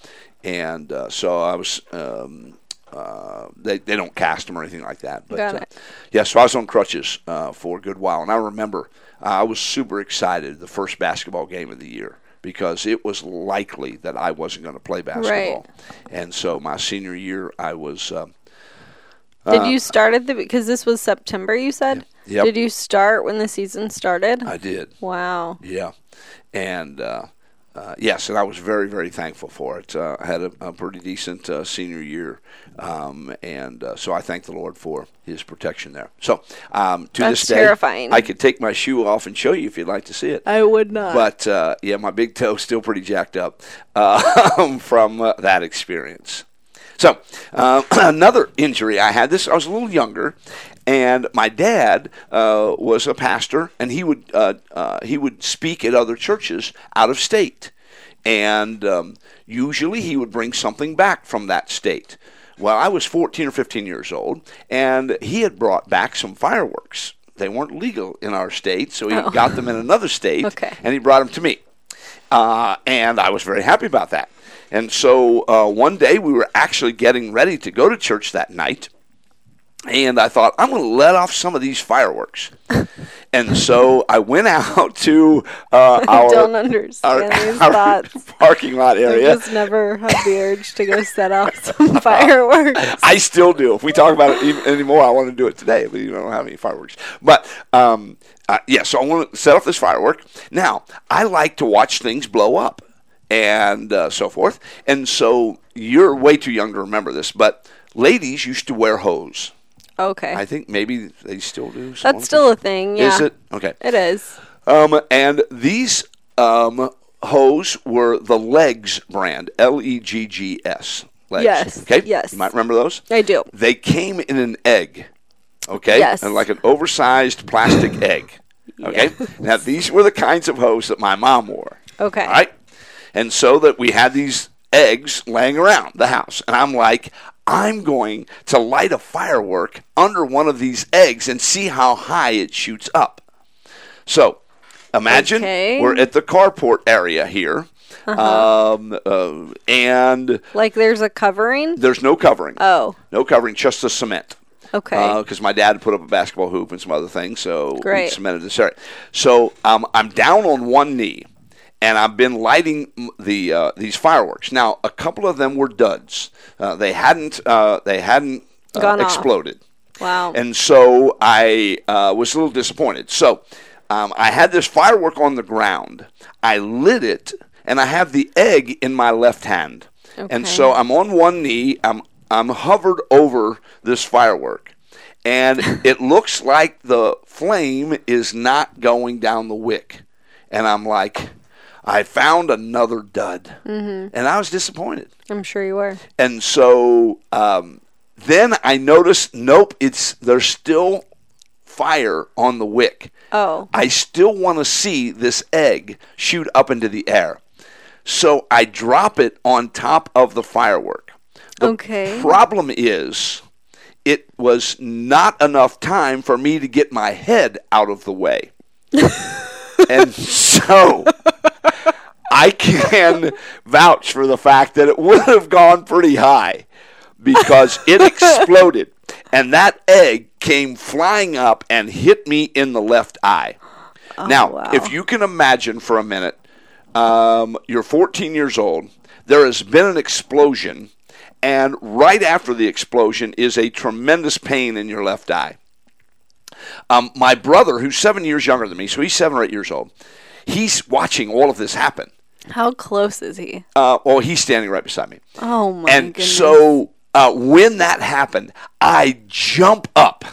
Speaker 1: And uh, so I was, um, uh, they, they don't cast them or anything like that. But,
Speaker 2: Got
Speaker 1: uh,
Speaker 2: it.
Speaker 1: yeah, so I was on crutches uh, for a good while, and I remember uh, I was super excited the first basketball game of the year because it was likely that I wasn't going to play basketball, and so my senior year I was. Um,
Speaker 2: Did you start at the because this was September? You said.
Speaker 1: uh, Yep.
Speaker 2: Did you start when the season started?
Speaker 1: I did,
Speaker 2: wow.
Speaker 1: yeah, and uh, uh, yes, and I was very very thankful for it. Uh, I had a, a pretty decent uh, senior year, um, and uh, so I thank the Lord for His protection there. So um, to
Speaker 2: That's
Speaker 1: this day,
Speaker 2: terrifying.
Speaker 1: I could take my shoe off and show you if you'd like to see it.
Speaker 2: I would not.
Speaker 1: But uh, yeah, my big toe's still pretty jacked up uh, from uh, that experience. So uh, another injury I had. This I was a little younger, and my dad uh, was a pastor, and he would uh, uh, he would speak at other churches out of state. and um, usually he would bring something back from that state. Well, I was 14 or 15 years old, and he had brought back some fireworks. They weren't legal in our state, so he
Speaker 2: Oh.
Speaker 1: got them in another state,
Speaker 2: Okay.
Speaker 1: and he brought them to me. Uh, and I was very happy about that. And so uh, one day we were actually getting ready to go to church that night, and I thought, I'm going to let off some of these fireworks. and so I went out to uh,
Speaker 2: I
Speaker 1: our,
Speaker 2: don't understand
Speaker 1: our-
Speaker 2: these
Speaker 1: our
Speaker 2: thoughts.
Speaker 1: parking lot
Speaker 2: I
Speaker 1: area.
Speaker 2: just never have the urge to go set off
Speaker 1: Uh,
Speaker 2: some fireworks.
Speaker 1: I still do. If we talk about it even anymore, I want to do it today, but you don't have any fireworks. But um, uh, yeah, so I want to set off this firework. Now, I like to watch things blow up and uh, so forth. And so you're way too young to remember this, but ladies used to wear hose.
Speaker 2: Okay.
Speaker 1: I think maybe they still do. some
Speaker 2: That's
Speaker 1: of
Speaker 2: still
Speaker 1: them.
Speaker 2: a thing. Yeah.
Speaker 1: Is it? Okay.
Speaker 2: It is.
Speaker 1: Um, and these um, hose were the Legs brand, L E G G S. Legs.
Speaker 2: Yes,
Speaker 1: Okay.
Speaker 2: yes.
Speaker 1: You might remember those.
Speaker 2: I do.
Speaker 1: They came in an egg. Okay.
Speaker 2: Yes.
Speaker 1: And like an oversized plastic egg. Okay. Now these were the kinds of hose that my mom wore.
Speaker 2: Okay.
Speaker 1: All right. And so that we had these eggs laying around the house, and I'm like. I'm going to light a firework under one of these eggs and see how high it shoots up. So, imagine
Speaker 2: Okay. Uh-huh.
Speaker 1: we're at the carport area here, um, uh, and
Speaker 2: Like there's a covering.
Speaker 1: there's no covering.
Speaker 2: Oh.
Speaker 1: No covering, just the cement.
Speaker 2: Okay.
Speaker 1: Because my dad put up a basketball hoop and some other things, so we
Speaker 2: Great.
Speaker 1: cemented this area. So um, I'm down on one knee, and I've been lighting m- the uh, these fireworks. Now a couple of them were duds. Uh, they hadn't uh, they hadn't uh,
Speaker 2: Gone off.
Speaker 1: exploded.
Speaker 2: Wow.
Speaker 1: And so I uh, was a little disappointed. So um, I had this firework on the ground. I lit it, and I have the egg in my left hand. And
Speaker 2: Okay.
Speaker 1: so I'm on one knee. I'm I'm hovered over this firework, and it looks like the flame is not going down the wick. And I'm like, I found another dud,
Speaker 2: Mm-hmm.
Speaker 1: and I was disappointed.
Speaker 2: I'm sure you were.
Speaker 1: And so um, then I noticed, nope, it's there's still fire on the wick.
Speaker 2: Oh.
Speaker 1: I still want to see this egg shoot up into the air. So I drop it on top of the firework. The
Speaker 2: Okay.
Speaker 1: problem is it was not enough time for me to get my head out of the way. and so I can vouch for the fact that it would have gone pretty high because it exploded and that egg came flying up and hit me in the left eye. now,
Speaker 2: wow.
Speaker 1: if you can imagine for a minute, um, you're 14 years old, there has been an explosion, and right after the explosion is a tremendous pain in your left eye. Um, my brother, who's seven years younger than me, so he's seven or eight years old, he's watching all of this happen.
Speaker 2: How close is he?
Speaker 1: Uh, well, he's standing right beside me.
Speaker 2: Oh my
Speaker 1: and
Speaker 2: goodness.
Speaker 1: so uh, when that happened, I jump up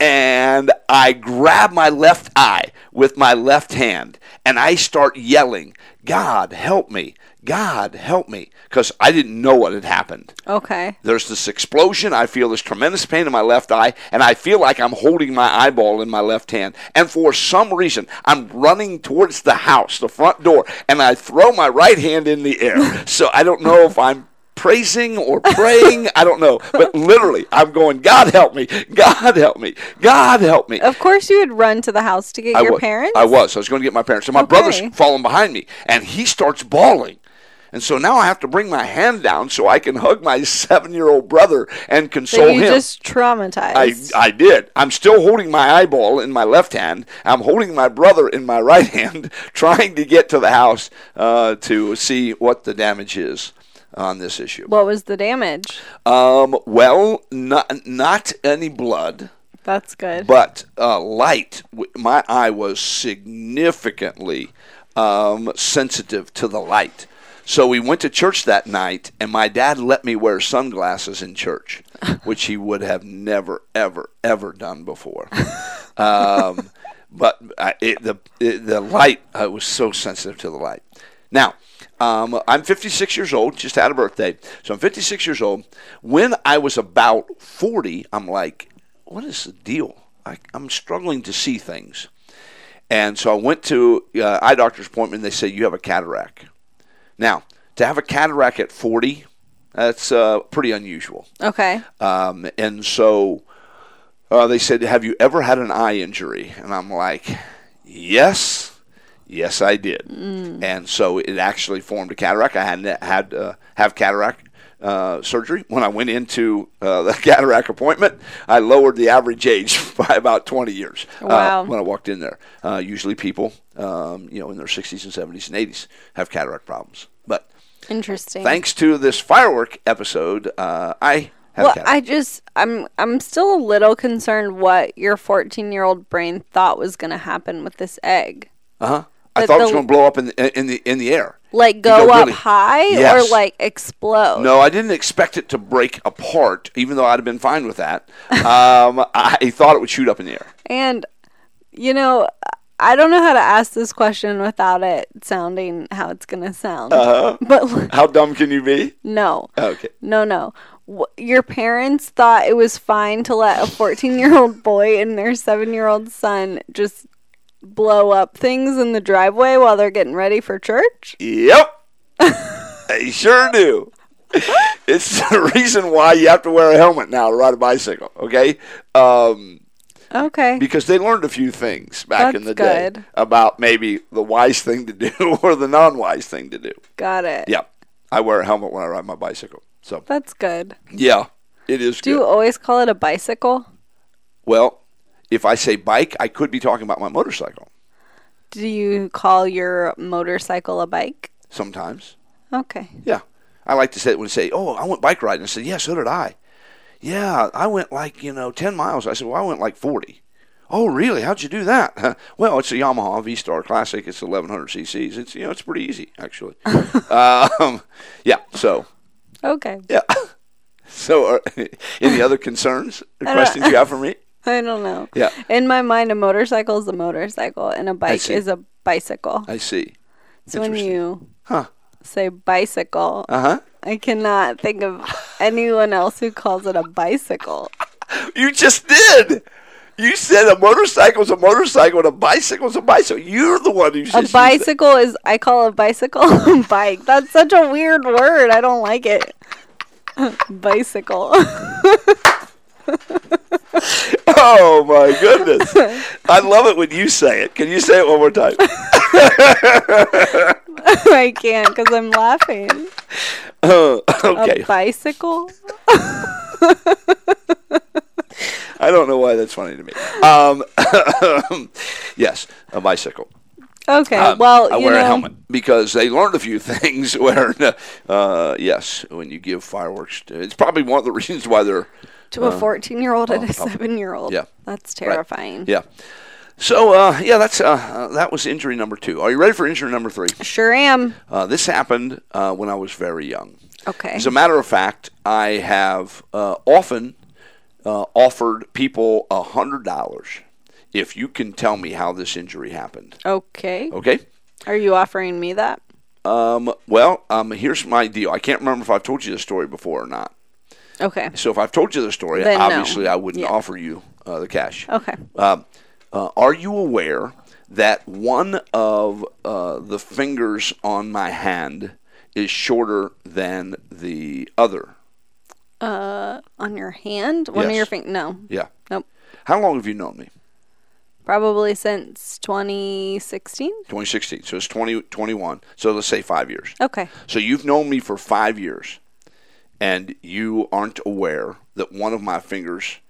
Speaker 1: and I grab my left eye with my left hand and I start yelling, God, help me. God, help me. Because I didn't know what had happened.
Speaker 2: okay.
Speaker 1: There's this explosion. I feel this tremendous pain in my left eye, and I feel like I'm holding my eyeball in my left hand. And for some reason, I'm running towards the house, the front door, and I throw my right hand in the air. so I don't know if I'm praising or praying. I don't know. But literally, I'm going, God help me. God help me. God help me.
Speaker 2: Of course, you would run to the house to get your
Speaker 1: was,
Speaker 2: parents.
Speaker 1: I was. I was going to get my parents. So my brother's
Speaker 2: Okay.
Speaker 1: falling behind me, and he starts bawling. And so now I have to bring my hand down so I can hug my seven-year-old brother and
Speaker 2: so
Speaker 1: console
Speaker 2: you
Speaker 1: him.
Speaker 2: just
Speaker 1: I,
Speaker 2: traumatized.
Speaker 1: I did. I'm still holding my eyeball in my left hand. I'm holding my brother in my right hand, trying to get to the house uh, to see what the damage is on this issue.
Speaker 2: what was the damage?
Speaker 1: Um, well, not, not any blood.
Speaker 2: That's good.
Speaker 1: But uh, light, w- my eye was significantly um, sensitive to the light. So we went to church that night, and my dad let me wear sunglasses in church, which he would have never, ever, ever done before. Um, but I, it, the it, the light, I was so sensitive to the light. Now, um, I'm 56 years old, just had a birthday, so I'm 56 years old. When I was about 40, I'm like, what is the deal? I, I'm struggling to see things, and so I went to uh, eye doctor's appointment. They said you have a cataract. Now, to have a cataract at 40, that's uh, pretty unusual.
Speaker 2: Okay.
Speaker 1: Um, and so uh, they said, Have you ever had an eye injury? And I'm like, Yes. Yes, I did.
Speaker 2: Mm.
Speaker 1: And so it actually formed a cataract. I hadn't had uh, have cataract uh, surgery. When I went into uh, the cataract appointment, I lowered the average age by about 20 years uh,
Speaker 2: Wow.
Speaker 1: when I walked in there. Uh, usually people, um, you know, in their 60s and 70s and 80s have cataract problems. But
Speaker 2: Interesting.
Speaker 1: thanks to this firework episode, uh, I have
Speaker 2: well,
Speaker 1: cataract.
Speaker 2: I just I'm I'm still a little concerned what your 14 year old brain thought was going to happen with this egg.
Speaker 1: Uh-huh. I
Speaker 2: But
Speaker 1: thought it was
Speaker 2: the-
Speaker 1: going to blow up in the, in the in the air.
Speaker 2: Like
Speaker 1: go
Speaker 2: go, up
Speaker 1: really-
Speaker 2: high
Speaker 1: Yes.
Speaker 2: or like explode.
Speaker 1: No, I didn't expect it to break apart, even though I'd have been fine with that. Um, I thought it would shoot up in the air.
Speaker 2: And you know, I don't know how to ask this question without it sounding how it's going to sound.
Speaker 1: Uh-huh.
Speaker 2: But
Speaker 1: How dumb can you be?
Speaker 2: no.
Speaker 1: Okay.
Speaker 2: No, no. Wh- Your parents thought it was fine to let a 14 year old boy and their seven year old son just blow up things in the driveway while they're getting ready for church?
Speaker 1: Yep. they sure do. It's the reason why you have to wear a helmet now to ride a bicycle, okay? Um,
Speaker 2: Okay.
Speaker 1: because they learned a few things back in the
Speaker 2: That's
Speaker 1: day
Speaker 2: good.
Speaker 1: about maybe the wise thing to do or the non wise thing to do.
Speaker 2: Got it.
Speaker 1: Yeah. I wear a helmet when I ride my bicycle. So,
Speaker 2: That's good.
Speaker 1: yeah, it is
Speaker 2: Do
Speaker 1: good.
Speaker 2: you always call it a bicycle?
Speaker 1: Well, if I say bike, I could be talking about my motorcycle
Speaker 2: Do you call your motorcycle a bike?
Speaker 1: sometimes.
Speaker 2: Okay.
Speaker 1: Yeah. I like to say when they say, "Oh, I went bike riding." I said, "Yeah, so did I." Yeah, I went like you know ten miles. I said, "Well, I went like 40. Oh, really? How'd you do that? well, it's a Yamaha V Star Classic. It's eleven hundred CCs. It's you know it's pretty easy actually. um, yeah. So
Speaker 2: Okay.
Speaker 1: yeah. So are, any other concerns or questions you have for me?
Speaker 2: I don't know.
Speaker 1: Yeah.
Speaker 2: In my mind, a motorcycle is a motorcycle and a bike
Speaker 1: see.
Speaker 2: is a bicycle.
Speaker 1: I see.
Speaker 2: So when
Speaker 1: Interesting.
Speaker 2: you
Speaker 1: Huh.
Speaker 2: say bicycle,
Speaker 1: Uh huh.
Speaker 2: I cannot think of anyone else who calls it a bicycle.
Speaker 1: You just did. You said a motorcycle's a motorcycle and a bicycle's a bicycle. You're the one who just
Speaker 2: A
Speaker 1: used that.
Speaker 2: bicycle is I call a bicycle a bike. That's such a weird word. I don't like it. bicycle.
Speaker 1: Oh my goodness! I love it when you say it. Can you say it one more time?
Speaker 2: I can't because I'm laughing.
Speaker 1: Uh,
Speaker 2: A
Speaker 1: okay,
Speaker 2: bicycle?
Speaker 1: I don't know why that's funny to me. Um, yes, a bicycle.
Speaker 2: Okay.
Speaker 1: Um,
Speaker 2: Uh, well,
Speaker 1: I
Speaker 2: you
Speaker 1: wear
Speaker 2: know,
Speaker 1: a helmet because they learned a few things. Where, uh, yes, when you give fireworks, to, it's probably one of the reasons why they're
Speaker 2: to a 14 year old and a 7 year old.
Speaker 1: Um, oh, yeah.
Speaker 2: That's terrifying.
Speaker 1: yeah. So uh, yeah, that's uh, uh, that was injury number two. Are you ready for injury number three?
Speaker 2: Sure am.
Speaker 1: Uh, this happened uh, when I was very young.
Speaker 2: Okay.
Speaker 1: As a matter of fact, I have uh, often uh, offered people a hundred dollars if you can tell me how this injury happened.
Speaker 2: okay.
Speaker 1: Okay.
Speaker 2: Are you offering me that?
Speaker 1: Um, well, um, here's my deal. I can't remember if I've told you this story before or not.
Speaker 2: Okay.
Speaker 1: So if I've told you the story,
Speaker 2: Then no.
Speaker 1: obviously I wouldn't
Speaker 2: Yeah.
Speaker 1: offer you uh, the cash.
Speaker 2: Okay.
Speaker 1: Um, uh, are you aware that one of uh, the fingers on my hand is shorter than the other?
Speaker 2: Uh, on your hand? One of
Speaker 1: Yes.
Speaker 2: your fingers? No.
Speaker 1: Yeah.
Speaker 2: Nope.
Speaker 1: How long have you known me?
Speaker 2: Probably since 2016.
Speaker 1: 2016. So it's 2021. so let's say five years.
Speaker 2: Okay.
Speaker 1: So you've known me for five years, and you aren't aware that one of my fingers,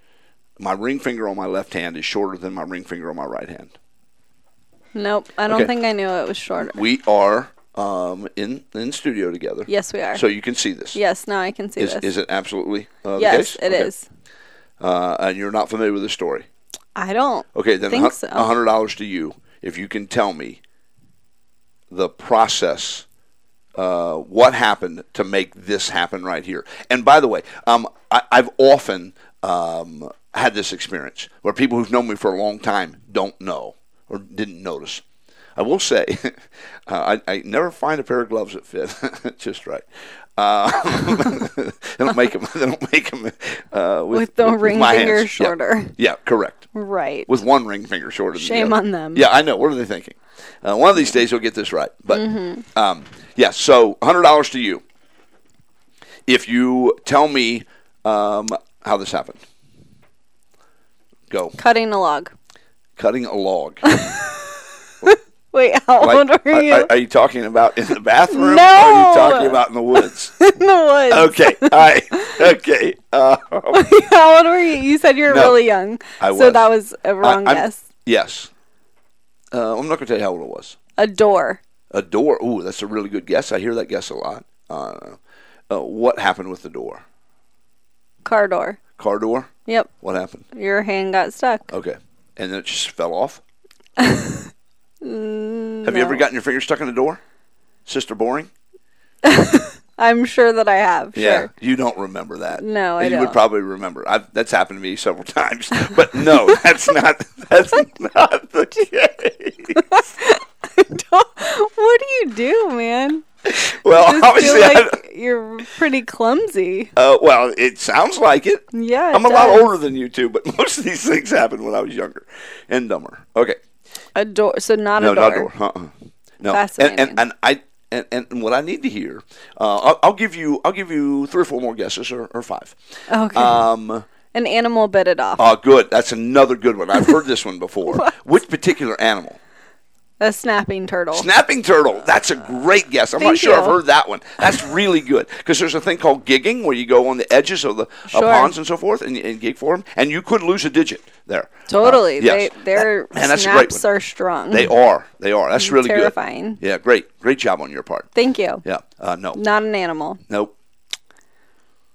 Speaker 1: my ring finger on my left hand, is shorter than my ring finger on my right hand.
Speaker 2: Nope. I don't
Speaker 1: Okay.
Speaker 2: think I knew it was shorter.
Speaker 1: We are um, in in studio together.
Speaker 2: Yes, we are.
Speaker 1: So you can see this.
Speaker 2: yes, now I can see
Speaker 1: Is,
Speaker 2: this.
Speaker 1: is it absolutely uh, the
Speaker 2: yes,
Speaker 1: case?
Speaker 2: it is.
Speaker 1: Okay. Uh, and you're not familiar with the story.
Speaker 2: I don't.
Speaker 1: Okay, then
Speaker 2: Think
Speaker 1: a hun-
Speaker 2: so.
Speaker 1: a hundred dollars to you if you can tell me the process, uh, what happened to make this happen right here. And by the way, um, I, I've often um, had this experience where people who've known me for a long time don't know or didn't notice. I will say, uh, I, I never find a pair of gloves that fit just right. Uh, they don't make them. They don't make 'em, uh, with,
Speaker 2: With the ring
Speaker 1: my
Speaker 2: finger
Speaker 1: hands. Yeah.
Speaker 2: shorter.
Speaker 1: yeah correct
Speaker 2: Right.
Speaker 1: with one ring finger shorter. than
Speaker 2: Shame
Speaker 1: the other.
Speaker 2: on them. Mm-hmm.
Speaker 1: Yeah, I know. What are they thinking? Uh, one of these days they'll get this right. But um, Yeah, so $100 to you if you tell me um, how this happened. Go.
Speaker 2: Cutting a log.
Speaker 1: Cutting a log.
Speaker 2: Wait, how old
Speaker 1: Like,
Speaker 2: are you?
Speaker 1: Are, are you talking about in the bathroom? Or
Speaker 2: No.
Speaker 1: are you talking about in the woods?
Speaker 2: in the woods.
Speaker 1: okay. All right. Okay. Uh,
Speaker 2: how old were you? You said you were
Speaker 1: No,
Speaker 2: really young.
Speaker 1: I
Speaker 2: So
Speaker 1: was.
Speaker 2: that was a wrong
Speaker 1: I- I'm-
Speaker 2: guess.
Speaker 1: yes. Uh, I'm not going to tell you how old it was.
Speaker 2: A door.
Speaker 1: A door. Ooh, that's a really good guess. I hear that guess a lot. Uh, uh, what happened with the door?
Speaker 2: Car door.
Speaker 1: Car door?
Speaker 2: Yep.
Speaker 1: What happened?
Speaker 2: Your hand got stuck.
Speaker 1: Okay. And then it just fell off? Have you ever gotten your finger stuck in the door? Sister Boring?
Speaker 2: I'm sure that I have. Sure.
Speaker 1: You don't remember that.
Speaker 2: No, I
Speaker 1: you would
Speaker 2: don't.
Speaker 1: probably remember. I've, that's happened to me several times. But no, that's not that's not the case.
Speaker 2: what do you do, man?
Speaker 1: Well,
Speaker 2: Just
Speaker 1: obviously,
Speaker 2: feel
Speaker 1: I-
Speaker 2: like you're pretty clumsy.
Speaker 1: uh, well, it sounds like it.
Speaker 2: Yeah. it
Speaker 1: I'm a lot
Speaker 2: does.
Speaker 1: older than you two, but most of these things happened when I was younger and dumber. Okay.
Speaker 2: A door. So not
Speaker 1: no,
Speaker 2: a door.
Speaker 1: not door. Uh-uh. No, and,
Speaker 2: Fascinating.
Speaker 1: and and I and, and what I need to hear, uh, I'll, I'll give you I'll give you three or four more guesses or, or five.
Speaker 2: Oh, Okay.
Speaker 1: Um,
Speaker 2: An animal bit it off.
Speaker 1: oh, good. That's another good one. I've heard this one before. Which particular animal?
Speaker 2: a snapping turtle.
Speaker 1: Snapping turtle. That's a great guess. I'm not
Speaker 2: Thank
Speaker 1: sure I've
Speaker 2: you.
Speaker 1: heard that one. That's really good because there's a thing called gigging where you go on the edges of the of
Speaker 2: Sure.
Speaker 1: ponds and so forth and, and gig for them, and you could lose a digit there.
Speaker 2: totally.
Speaker 1: Uh, yes.
Speaker 2: They their
Speaker 1: That- and that's a great
Speaker 2: snaps
Speaker 1: one.
Speaker 2: are strong.
Speaker 1: They are. They are. That's really
Speaker 2: Terrifying.
Speaker 1: good. Yeah, great. Great job on your part.
Speaker 2: Thank you.
Speaker 1: Yeah. Uh, no.
Speaker 2: Not an animal.
Speaker 1: Nope.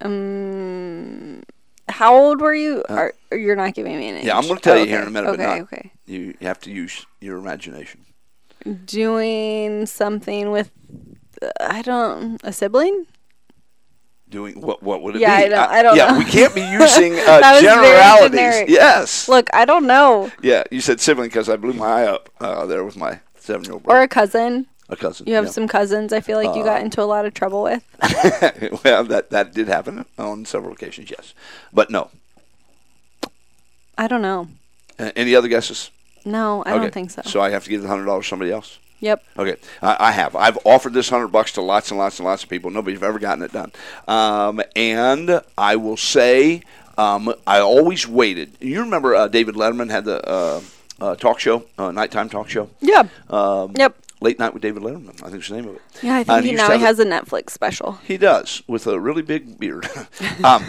Speaker 2: Um, how old were you? Are, you're not giving me an age.
Speaker 1: Uh, Yeah, I'm going to tell you
Speaker 2: Okay,
Speaker 1: here in a minute,
Speaker 2: Okay,
Speaker 1: but not.
Speaker 2: okay.
Speaker 1: You you have to use your imagination.
Speaker 2: Doing something with, I don't, a sibling?
Speaker 1: Doing what? What would it be? Uh,
Speaker 2: Yeah, I don't- I don't
Speaker 1: yeah,
Speaker 2: know.
Speaker 1: we can't be using
Speaker 2: That
Speaker 1: uh,
Speaker 2: was very
Speaker 1: generalities.
Speaker 2: generic.
Speaker 1: Yes.
Speaker 2: Look, I don't know.
Speaker 1: Yeah, you said sibling because I blew my eye up uh, there with my seven-year-old
Speaker 2: Or
Speaker 1: brother,
Speaker 2: a cousin.
Speaker 1: a cousin.
Speaker 2: You have
Speaker 1: yeah. Uh,
Speaker 2: some cousins I feel like you got into a lot of trouble with.
Speaker 1: well, that that did happen on several occasions. Yes, but no.
Speaker 2: I don't know.
Speaker 1: Uh, any other guesses?
Speaker 2: No, I
Speaker 1: okay.
Speaker 2: don't think so.
Speaker 1: So I have to give the hundred dollars to somebody else.
Speaker 2: Yep.
Speaker 1: Okay, I, I have. I've offered this hundred bucks to lots and lots and lots of people. Nobody's ever gotten it done. Um, and I will say, um, I always waited. You remember uh, David Letterman had the uh, uh, talk show, uh, nighttime talk show.
Speaker 2: Yeah.
Speaker 1: Um,
Speaker 2: Yep.
Speaker 1: Late night with David Letterman. I think is the name of it.
Speaker 2: Yeah, I
Speaker 1: Uh,
Speaker 2: think he
Speaker 1: used to
Speaker 2: now he
Speaker 1: have a-
Speaker 2: has a Netflix special.
Speaker 1: he does with a really big beard. um,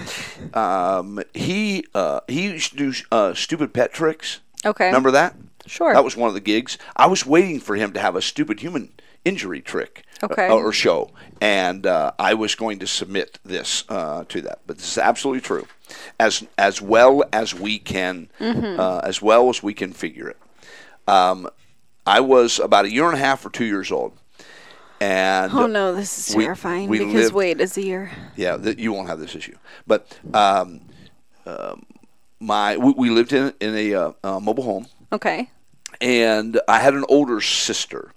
Speaker 1: um, he uh, he used to do uh, stupid pet tricks.
Speaker 2: Okay.
Speaker 1: Remember that?
Speaker 2: Sure.
Speaker 1: That was one of the gigs. I was waiting for him to have a stupid human injury trick. uh,
Speaker 2: Okay.
Speaker 1: Or, or show, and uh, I was going to submit this uh, to that. But this is absolutely true, as as well as we can,
Speaker 2: Mm-hmm.
Speaker 1: uh, as well as we can figure it. Um, I was about a year and a half or two years old, and
Speaker 2: Oh no, this is
Speaker 1: we-
Speaker 2: terrifying
Speaker 1: we
Speaker 2: because
Speaker 1: lived-
Speaker 2: wait is a year.
Speaker 1: yeah, th- you won't have this issue. But um, um, my we, we lived in in a uh, uh, mobile home,
Speaker 2: Okay.
Speaker 1: and I had an older sister.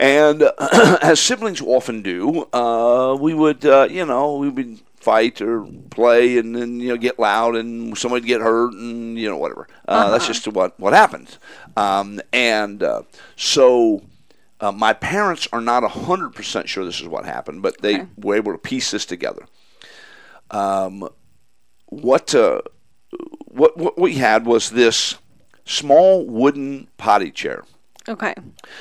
Speaker 1: And as siblings often do, uh, we would uh, you know we would fight or play, and then you know get loud, and somebody'd get hurt, and you know whatever. Uh, That's just what what happens. Um, and uh, so. Uh, my parents are not 100% sure this is what happened, but they
Speaker 2: Okay.
Speaker 1: were able to piece this together Um, what uh, what what we had was this small wooden potty chair.
Speaker 2: Okay.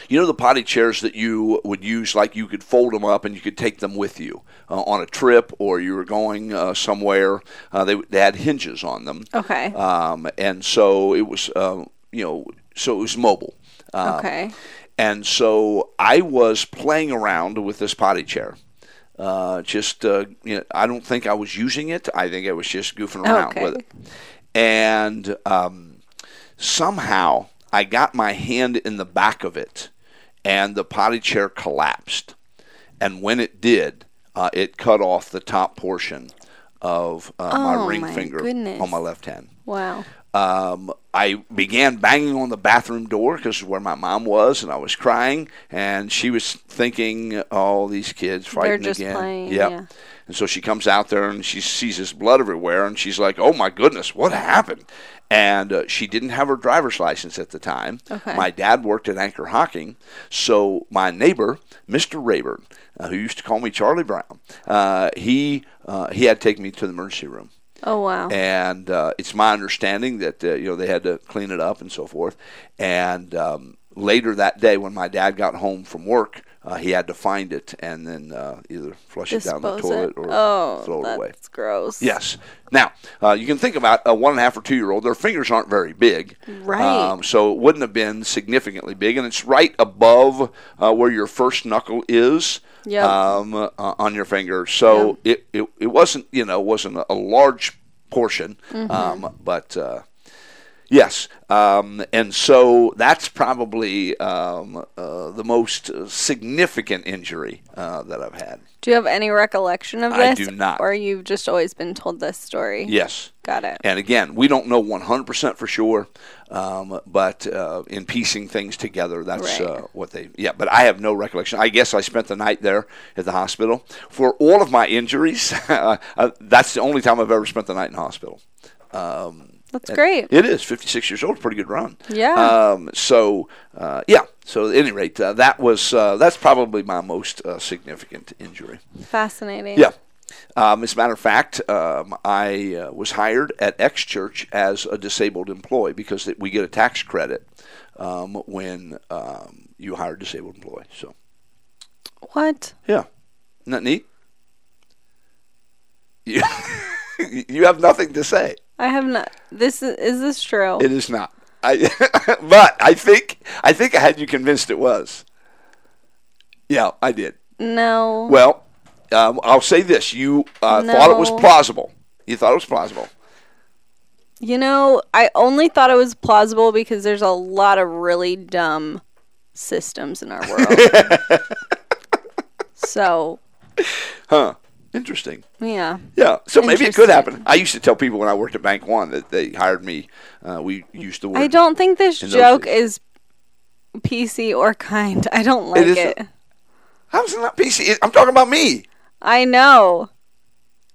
Speaker 1: You know the potty chairs that you would use, like you could fold them up and you could take them with you uh, on a trip, or you were going uh, somewhere. Uh, they they had hinges on them.
Speaker 2: Okay.
Speaker 1: Um, and so it was, uh, you know, so it was mobile. Um,
Speaker 2: okay.
Speaker 1: and so I was playing around with this potty chair. Uh, just, uh, you know, I don't think I was using it. I think I was just goofing around
Speaker 2: Okay.
Speaker 1: with it. And um, somehow I got my hand in the back of it, and the potty chair collapsed. And when it did, uh, it cut off the top portion of uh, my
Speaker 2: Oh,
Speaker 1: ring
Speaker 2: my
Speaker 1: finger
Speaker 2: goodness.
Speaker 1: on my left hand
Speaker 2: Wow.
Speaker 1: um, I began banging on the bathroom door because where my mom was, and I was crying, and she was thinking, "Oh, these kids fighting
Speaker 2: just
Speaker 1: again."
Speaker 2: playing, yeah.
Speaker 1: And so she comes out there and she sees this blood everywhere, and she's like, "Oh my goodness, what happened?" And uh, she didn't have her driver's license at the time.
Speaker 2: Okay.
Speaker 1: My dad worked at Anchor Hocking, so my neighbor, Mr. Rayburn, uh, who used to call me Charlie Brown, uh, he uh, he had to take me to the emergency room
Speaker 2: Oh wow.
Speaker 1: and uh, it's my understanding that uh, you know they had to clean it up and so forth. And um, later that day, when my dad got home from work, uh, he had to find it and then uh, either flush it down the
Speaker 2: Dispose
Speaker 1: toilet
Speaker 2: it.
Speaker 1: or
Speaker 2: oh,
Speaker 1: throw it
Speaker 2: that's
Speaker 1: away.
Speaker 2: gross.
Speaker 1: Yes. Now uh, you can think about a one and a half or two year old. Their fingers aren't very big, Um,
Speaker 2: Right.
Speaker 1: so it wouldn't have been significantly big, and it's right above uh, where your first knuckle is.
Speaker 2: Yep.
Speaker 1: Um, uh, on your finger, so it, it it wasn't you know wasn't a large portion,
Speaker 2: Mm-hmm.
Speaker 1: um, but uh, Yes, um, and so that's probably um, uh, the most uh, significant injury uh, that I've had.
Speaker 2: Do you have any recollection of
Speaker 1: I
Speaker 2: this?
Speaker 1: do not.
Speaker 2: Or you've just always been told this story?
Speaker 1: Yes,
Speaker 2: Got it.
Speaker 1: and again, we don't know 100% for sure, um, but uh, in piecing things together, that's
Speaker 2: Right.
Speaker 1: uh, what they. Yeah, but I have no recollection. I guess I spent the night there at the hospital for all of my injuries. uh, that's the only time I've ever spent the night in hospital. Um,
Speaker 2: That's great.
Speaker 1: It is 56 years old. Pretty good run.
Speaker 2: Yeah.
Speaker 1: Um, so uh, yeah. So at any rate, uh, that was uh, that's probably my most uh, significant injury.
Speaker 2: Fascinating.
Speaker 1: Yeah. Um, as a matter of fact, um, I uh, was hired at X Church as a disabled employee because that we get a tax credit um, when um, you hire a disabled employee. So
Speaker 2: What?
Speaker 1: yeah, isn't that neat? You, you have nothing to say.
Speaker 2: I have not. This is, is this true?
Speaker 1: It is not. I, but I think I think I had you convinced it was. Yeah, I did.
Speaker 2: no.
Speaker 1: Well, um, I'll say this: you uh, thought it was
Speaker 2: No.
Speaker 1: plausible. You thought it was plausible.
Speaker 2: You know, I only thought it was plausible because there's a lot of really dumb systems in our world. so,
Speaker 1: Huh. Interesting.
Speaker 2: yeah.
Speaker 1: Yeah. So maybe it could
Speaker 2: Interesting.
Speaker 1: happen. I used to tell people when I worked at Bank One that they hired me. Uh, we used the word.
Speaker 2: I don't think this
Speaker 1: In those
Speaker 2: joke is PC or kind. I don't like
Speaker 1: is-
Speaker 2: it.
Speaker 1: How's it not PC? I'm talking about me.
Speaker 2: I know.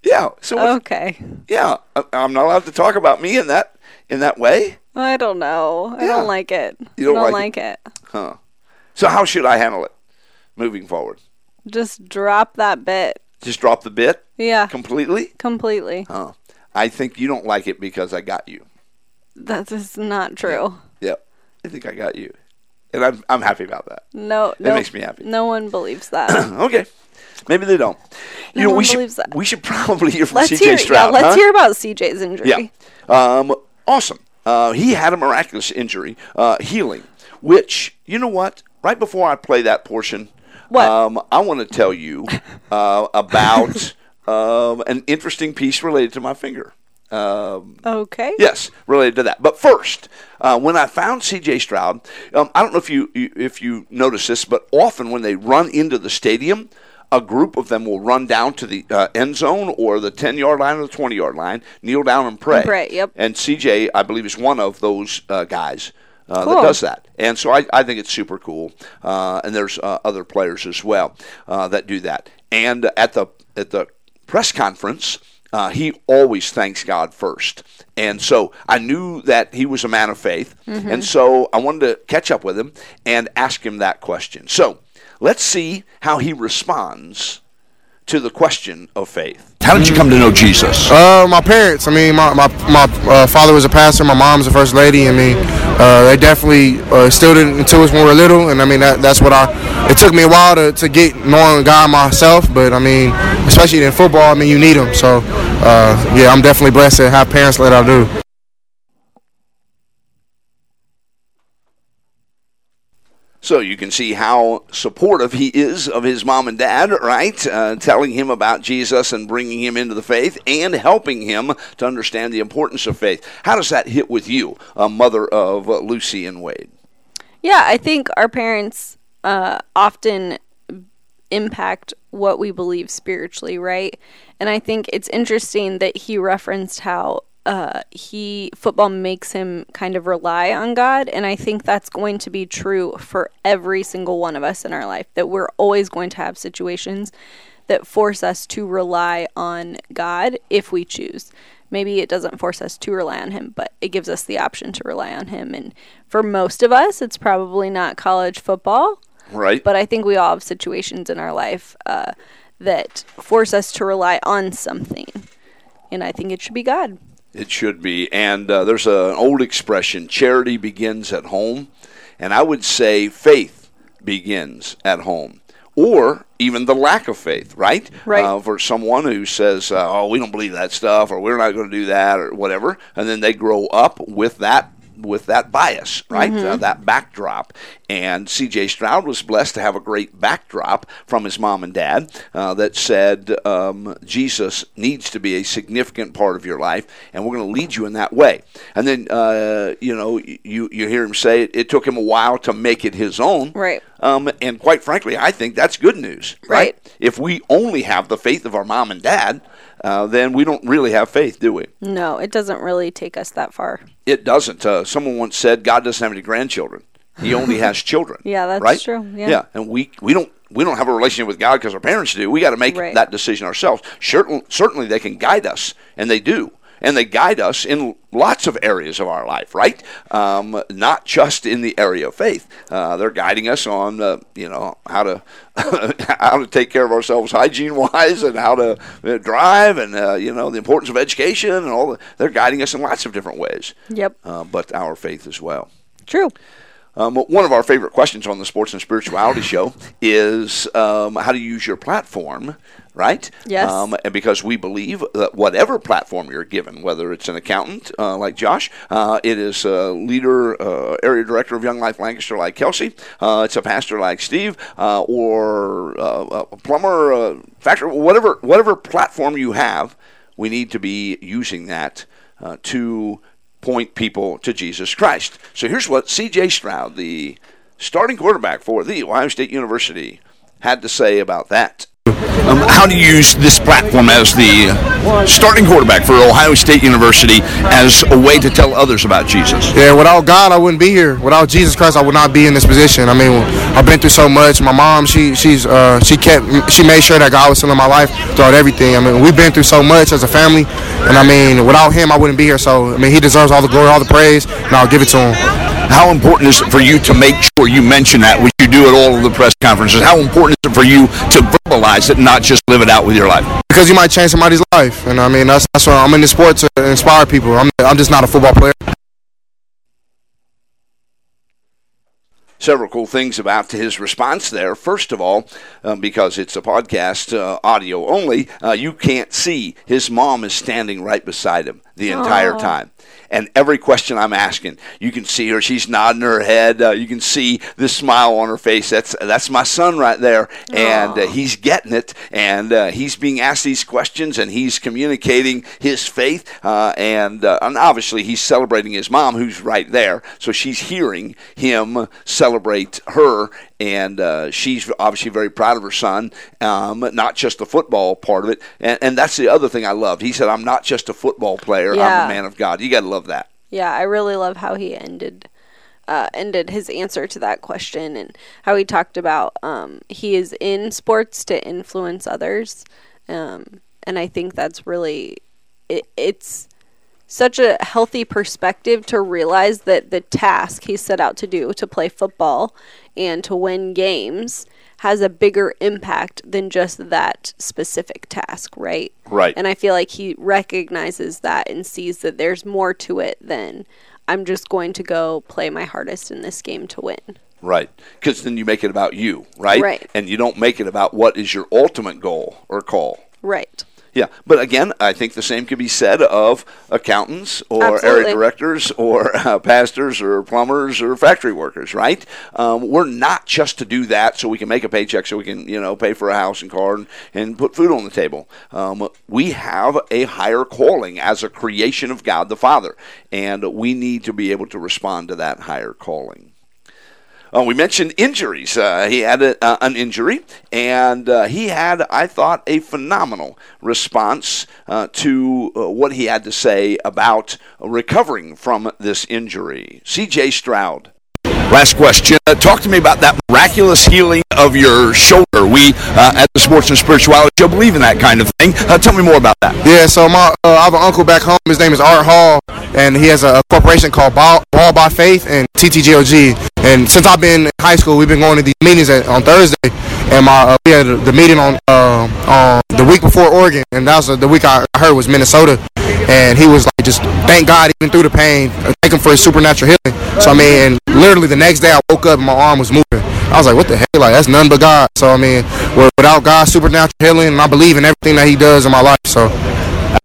Speaker 1: Yeah. So what's-
Speaker 2: Okay.
Speaker 1: yeah, I, I'm not allowed to talk about me in that in that way.
Speaker 2: I don't know. I
Speaker 1: Yeah.
Speaker 2: don't like it.
Speaker 1: You don't
Speaker 2: I don't
Speaker 1: like
Speaker 2: like it.
Speaker 1: Huh. So how should I handle it moving forward?
Speaker 2: Just drop that bit.
Speaker 1: Just drop the bit
Speaker 2: Yeah.
Speaker 1: completely?
Speaker 2: completely.
Speaker 1: Huh. I think you don't like it because I got you.
Speaker 2: That is not true.
Speaker 1: Yep. I think I got you. And I'm, I'm happy about that.
Speaker 2: No,
Speaker 1: That
Speaker 2: no.
Speaker 1: makes me happy.
Speaker 2: No one believes that.
Speaker 1: Okay. Maybe they don't. You
Speaker 2: No
Speaker 1: know, we
Speaker 2: one
Speaker 1: should,
Speaker 2: believes that.
Speaker 1: we should probably hear from
Speaker 2: let's
Speaker 1: CJ
Speaker 2: hear.
Speaker 1: Stroud.
Speaker 2: yeah, let's
Speaker 1: huh?
Speaker 2: hear about CJ's injury.
Speaker 1: Yeah. Um, awesome. Uh, he had a miraculous injury, uh, healing, which, you know what? Right before I play that portion,
Speaker 2: What?
Speaker 1: Um, I want to tell you uh, about um, an interesting piece related to my finger. Um,
Speaker 2: Okay.
Speaker 1: Yes, related to that. But first, uh, when I found C.J. Stroud, um, I don't know if you, you if you notice this, but often when they run into the stadium, a group of them will run down to the uh, end zone or the ten yard line or the twenty yard line, kneel down and pray.
Speaker 2: Pray, yep.
Speaker 1: And C.J. I believe is one of those uh, guys. Uh, That
Speaker 2: Cool.
Speaker 1: does that, and so I, I think it's super cool. Uh, and there's uh, other players as well uh, that do that. And at the at the press conference, uh, he always thanks God first. And so I knew that he was a man of faith. And so I wanted to catch up with him and ask him that question. So let's see how he responds to the question of faith. How did you come to know Jesus?
Speaker 3: Uh, my parents. I mean, my my, my uh, father was a pastor. My mom's a first lady. I mean, uh, they definitely uh, instilled it into us when we were little. And I mean, that, that's what I. It took me a while to, to get knowing God myself, but I mean, especially in football, I mean, you need them. So, uh, yeah, I'm definitely blessed to have parents like I do.
Speaker 1: So you can see how supportive he is of his mom and dad, right? Uh, telling him about Jesus and bringing him into the faith and helping him to understand the importance of faith. How does that hit with you, a mother of uh, Lucy and Wade?
Speaker 2: Yeah, I think our parents uh, often impact what we believe spiritually, right? And I think it's interesting that he referenced how uh, he football makes him kind of rely on God, and I think that's going to be true for every single one of us in our life. That we're always going to have situations that force us to rely on God if we choose. Maybe it doesn't force us to rely on Him, but it gives us the option to rely on Him. And for most of us, it's probably not college football,
Speaker 1: right?
Speaker 2: but I think we all have situations in our life uh, that force us to rely on something. And I think it should be God.
Speaker 1: It should be. And uh, there's a, an old expression charity begins at home. And I would say faith begins at home. Or even the lack of faith, right?
Speaker 2: Right.
Speaker 1: Uh, for someone who says, uh, oh, we don't believe that stuff, or we're not going to do that, or whatever. And then they grow up with that. With that bias, right? Uh, that backdrop. And CJ Stroud was blessed to have a great backdrop from his mom and dad uh, that said, um, Jesus needs to be a significant part of your life, and we're going to lead you in that way. And then, uh, you know, you, you hear him say it, it took him a while to make it his own.
Speaker 2: Right.
Speaker 1: Um, and quite frankly, I think that's good news,
Speaker 2: Right.
Speaker 1: If we only have the faith of our mom and dad, uh, then we don't really have faith, do we?
Speaker 2: No, it doesn't really take us that far.
Speaker 1: It doesn't. Uh, someone once said God doesn't have any grandchildren; He only has children.
Speaker 2: Yeah, that's
Speaker 1: right?
Speaker 2: true. Yeah.
Speaker 1: and we we don't. We don't have a relationship with God because our parents do. We got to make
Speaker 2: Right.
Speaker 1: that decision ourselves. Certain, certainly, they can guide us, and they do, and they guide us in lots of areas of our life, right? Um, not just in the area of faith. Uh, they're guiding us on, uh, you know, how to how to take care of ourselves hygiene wise, and how to uh, drive, and uh, you know, the importance of education, and all. The, they're guiding us in lots of different ways
Speaker 2: Yep.
Speaker 1: uh, but our faith as well.
Speaker 2: True.
Speaker 1: Um, one of our favorite questions on the Sports and Spirituality Show is um, how to use your platform, right?
Speaker 2: Yes.
Speaker 1: Um, and because we believe that whatever platform you're given, whether it's an accountant uh, like Josh, uh, it is a leader, uh, area director of Young Life Lancaster like Kelsey, uh, it's a pastor like Steve, uh, or uh, a plumber, uh, factor, whatever, whatever platform you have, we need to be using that uh, to point people to Jesus Christ. So here's what C.J. Stroud, the starting quarterback for the Ohio State University, had to say about that. Um, how do you use this platform as the starting quarterback for Ohio State University as a way to tell others about Jesus?
Speaker 3: Yeah, without God, I wouldn't be here. Without Jesus Christ, I would not be in this position. I mean, I've been through so much. My mom, she, she's, uh, she kept, she made sure that God was still in my life throughout everything. I mean, we've been through so much as a family, and I mean, without Him, I wouldn't be here. So, I mean, He deserves all the glory, all the praise, and I'll give it to Him.
Speaker 4: How important is it for you to make sure you mention that, which you do at all of the press conferences? How important is it for you to verbalize it, not just live it out with your life?
Speaker 3: Because you might change somebody's life, and I mean, that's that's why I'm in the sport to inspire people. I'm, I'm just not a football player.
Speaker 1: several cool things about his response there. First of all, um, because it's a podcast, uh, audio only, uh, you can't see. His mom is standing right beside him the entire time. And every question I'm asking, you can see her. She's nodding her head. Uh, you can see the smile on her face. That's that's my son right there, and uh, he's getting it. And uh, he's being asked these questions, and he's communicating his faith. Uh, and, uh, and obviously, he's celebrating his mom, who's right there. So she's hearing him celebrate her, and uh, she's obviously very proud of her son, um, not just the football part of it. And, and that's the other thing I loved. He said, "I'm not just a football player. I'm
Speaker 2: Yeah.
Speaker 1: a man of God." You got to love that.
Speaker 2: Yeah, I really love how he ended uh, ended his answer to that question and how he talked about um, he is in sports to influence others, um, and I think that's really it, it's such a healthy perspective to realize that the task he set out to do to play football and to win games has a bigger impact than just that specific task, right?
Speaker 1: Right.
Speaker 2: And I feel like he recognizes that and sees that there's more to it than I'm just going to go play my hardest in this game to win.
Speaker 1: Right. Because then you make it about you, right?
Speaker 2: Right.
Speaker 1: And you don't make it about what is your ultimate goal or call.
Speaker 2: Right.
Speaker 1: Yeah. But again, I think the same could be said of accountants or area
Speaker 2: Absolutely.
Speaker 1: directors or uh, pastors or plumbers or factory workers, right? Um, we're not just to do that so we can make a paycheck, so we can, you know, pay for a house and car and, and put food on the table. Um, we have a higher calling as a creation of God the Father, and we need to be able to respond to that higher calling. Uh, we mentioned injuries. Uh, he had a, uh, an injury, and uh, he had, I thought, a phenomenal response uh, to uh, what he had to say about recovering from this injury. C.J. Stroud.
Speaker 4: Last question. Uh, talk to me about that miraculous healing of your shoulder. We uh, at the Sports and Spirituality Show believe in that kind of thing. Uh, tell me more about that.
Speaker 3: Yeah, so my uh, I have an uncle back home. His name is Art Hall, and he has a, a corporation called Ball, Ball by Faith and TTGOG. And since I've been in high school, we've been going to these meetings at, on Thursday. And my uh, we had the meeting on uh, on the week before Oregon, and that was the week I I heard was Minnesota. And he was like, just thank God even through the pain, uh, thank him for his supernatural healing. So I mean, and literally the next day I woke up and my arm was moving. I was like, what the hell? Like, that's none but God. So, I mean, wi- without God's supernatural healing, and I believe in everything that He does in my life. So,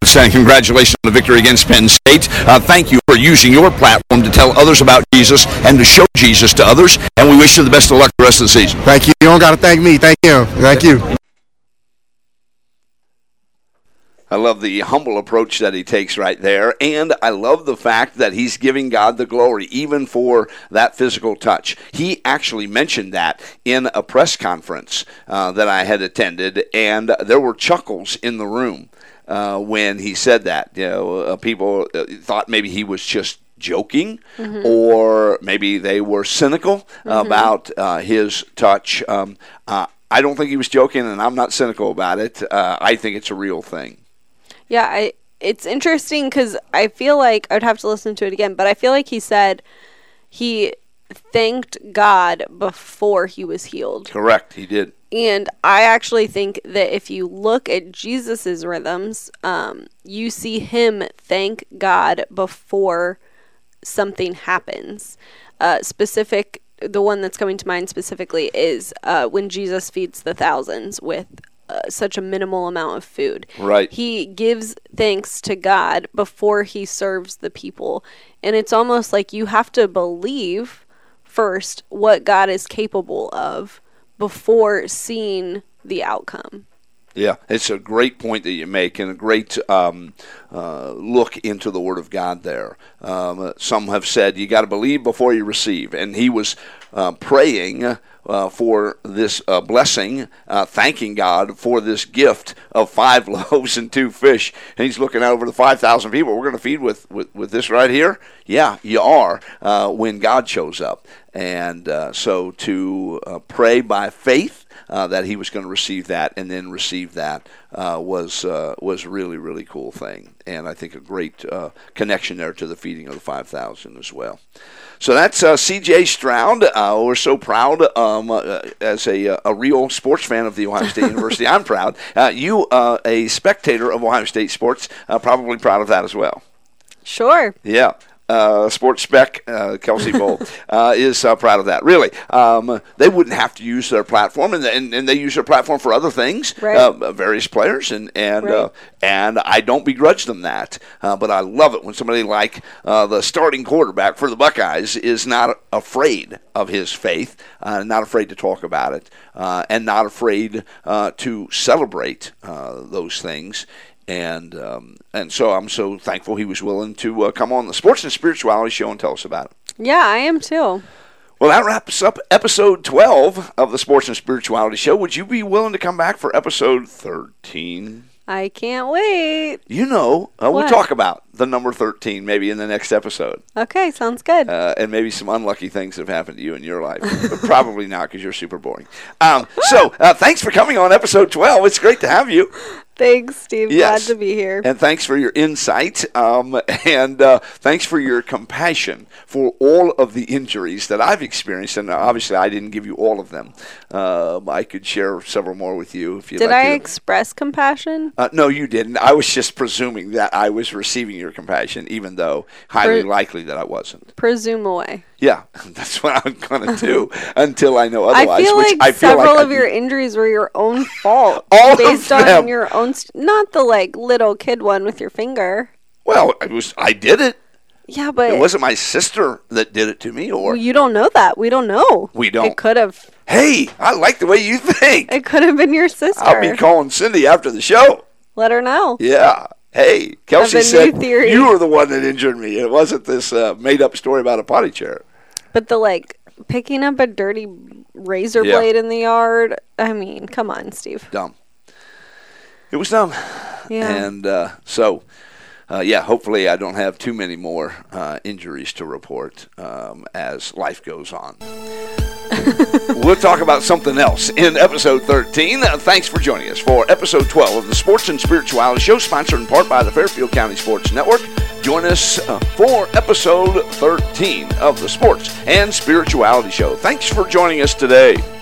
Speaker 4: Outstanding. Congratulations on the victory against Penn State. Uh, thank you for using your platform to tell others about Jesus and to show Jesus to others. And we wish you the best of luck the rest of the season.
Speaker 3: thank you. You don't got to thank me. Thank Him. Thank you.
Speaker 1: I love the humble approach that he takes right there. And I love the fact that he's giving God the glory, even for that physical touch. He actually mentioned that in a press conference uh, that I had attended, and there were chuckles in the room uh, when he said that. You know, uh, people uh, thought maybe he was just joking or maybe they were cynical about uh, his touch. Um, uh, I don't think he was joking, and I'm not cynical about it. Uh, I think it's a real thing.
Speaker 2: Yeah, I it's interesting cuz I feel like I would have to listen to it again, but I feel like he said he thanked God before he was healed.
Speaker 1: Correct, he did.
Speaker 2: And I actually think that if you look at Jesus's rhythms, um, you see him thank God before something happens. Uh, specific, the one that's coming to mind specifically is uh, when Jesus feeds the thousands with uh, such a minimal amount of food.
Speaker 1: Right.
Speaker 2: He gives thanks to God before he serves the people. And it's almost like you have to believe first what God is capable of before seeing the outcome.
Speaker 1: Yeah, it's a great point that you make, and a great um, uh, look into the Word of God. There, um, some have said you got to believe before you receive, and he was uh, praying uh, for this uh, blessing, uh, thanking God for this gift of five loaves and two fish, and he's looking out over the five thousand people. We're going to feed with, with with this right here. Yeah, you are uh, when God shows up, and uh, so to uh, pray by faith uh, that he was going to receive that and then receive that uh, was uh, was a really really cool thing and I think a great uh, connection there to the feeding of the 5,000 as well. So that's uh, C.J. Stroud. Uh, we're so proud um, uh, as a, uh, a real sports fan of the Ohio State University. I'm proud. Uh, you, uh, a spectator of Ohio State sports, uh, probably proud of that as well.
Speaker 2: Sure.
Speaker 1: Yeah. Uh, sports spec uh, Kelsey Bowl uh, is uh, proud of that. Really, um, they wouldn't have to use their platform, and, and, and they use their platform for other things,
Speaker 2: Right.
Speaker 1: uh, various players, and and uh,
Speaker 2: Right.
Speaker 1: and I don't begrudge them that. Uh, but I love it when somebody like uh, the starting quarterback for the Buckeyes is not afraid of his faith, uh, not afraid to talk about it, uh, and not afraid uh, to celebrate uh, those things and um, and so I'm so thankful he was willing to uh, come on the Sports and Spirituality Show and tell us about it.
Speaker 2: Yeah, I am too.
Speaker 1: Well, that wraps up episode 12 of the Sports and Spirituality Show. Would you be willing to come back for episode 13?
Speaker 2: I can't wait.
Speaker 1: You know, uh, we'll
Speaker 2: What?
Speaker 1: talk about the number 13 maybe in the next episode,
Speaker 2: Okay, sounds good.
Speaker 1: uh, and maybe some unlucky things that have happened to you in your life. but probably not because you're super boring. Um, so, uh, thanks for coming on episode 12. It's great to have you.
Speaker 2: Thanks, Steve.
Speaker 1: yes.
Speaker 2: Glad to be here.
Speaker 1: And thanks for your insight. Um, and uh, thanks for your compassion for all of the injuries that I've experienced. And uh, obviously, I didn't give you all of them. Um, I could share several more with you if you'd
Speaker 2: Did
Speaker 1: like
Speaker 2: I
Speaker 1: to.
Speaker 2: express compassion?
Speaker 1: uh, no, you didn't. I was just presuming that I was receiving your compassion, even though highly
Speaker 2: Pre-
Speaker 1: likely that I wasn't.
Speaker 2: Presume away.
Speaker 1: Yeah, that's what I'm going to do until Oh, I know otherwise.
Speaker 2: I feel
Speaker 1: which
Speaker 2: like
Speaker 1: I feel
Speaker 2: several
Speaker 1: like I
Speaker 2: of your
Speaker 1: did.
Speaker 2: injuries were your own fault.
Speaker 1: All of
Speaker 2: based
Speaker 1: them.
Speaker 2: on your own, st- not the like little kid one with your finger.
Speaker 1: Well, it was, I did it.
Speaker 2: Yeah, but
Speaker 1: It wasn't my sister that did it to me, or
Speaker 2: you don't know that. We don't know.
Speaker 1: We don't.
Speaker 2: It could have.
Speaker 1: hey, I like the way you think.
Speaker 2: It could have been your sister.
Speaker 1: I'll be calling Cindy after the show.
Speaker 2: Let her know.
Speaker 1: Yeah. Hey, Kelsey
Speaker 2: new
Speaker 1: said
Speaker 2: theory.
Speaker 1: you were the one that injured me. It wasn't this uh, made-up story about a potty chair.
Speaker 2: But the like picking up a dirty razor
Speaker 1: Yeah.
Speaker 2: blade in the yard. I mean, come on, Steve.
Speaker 1: Dumb. It was dumb.
Speaker 2: Yeah.
Speaker 1: And uh, so
Speaker 4: uh, yeah, hopefully I don't have too many more uh, injuries to report um, as life goes on. we'll talk about something else in episode 13. Uh, thanks for joining us for episode 12 of the Sports and Spirituality Show, sponsored in part by the Fairfield County Sports Network. Join us uh, for episode 13 of the Sports and Spirituality Show. Thanks for joining us today.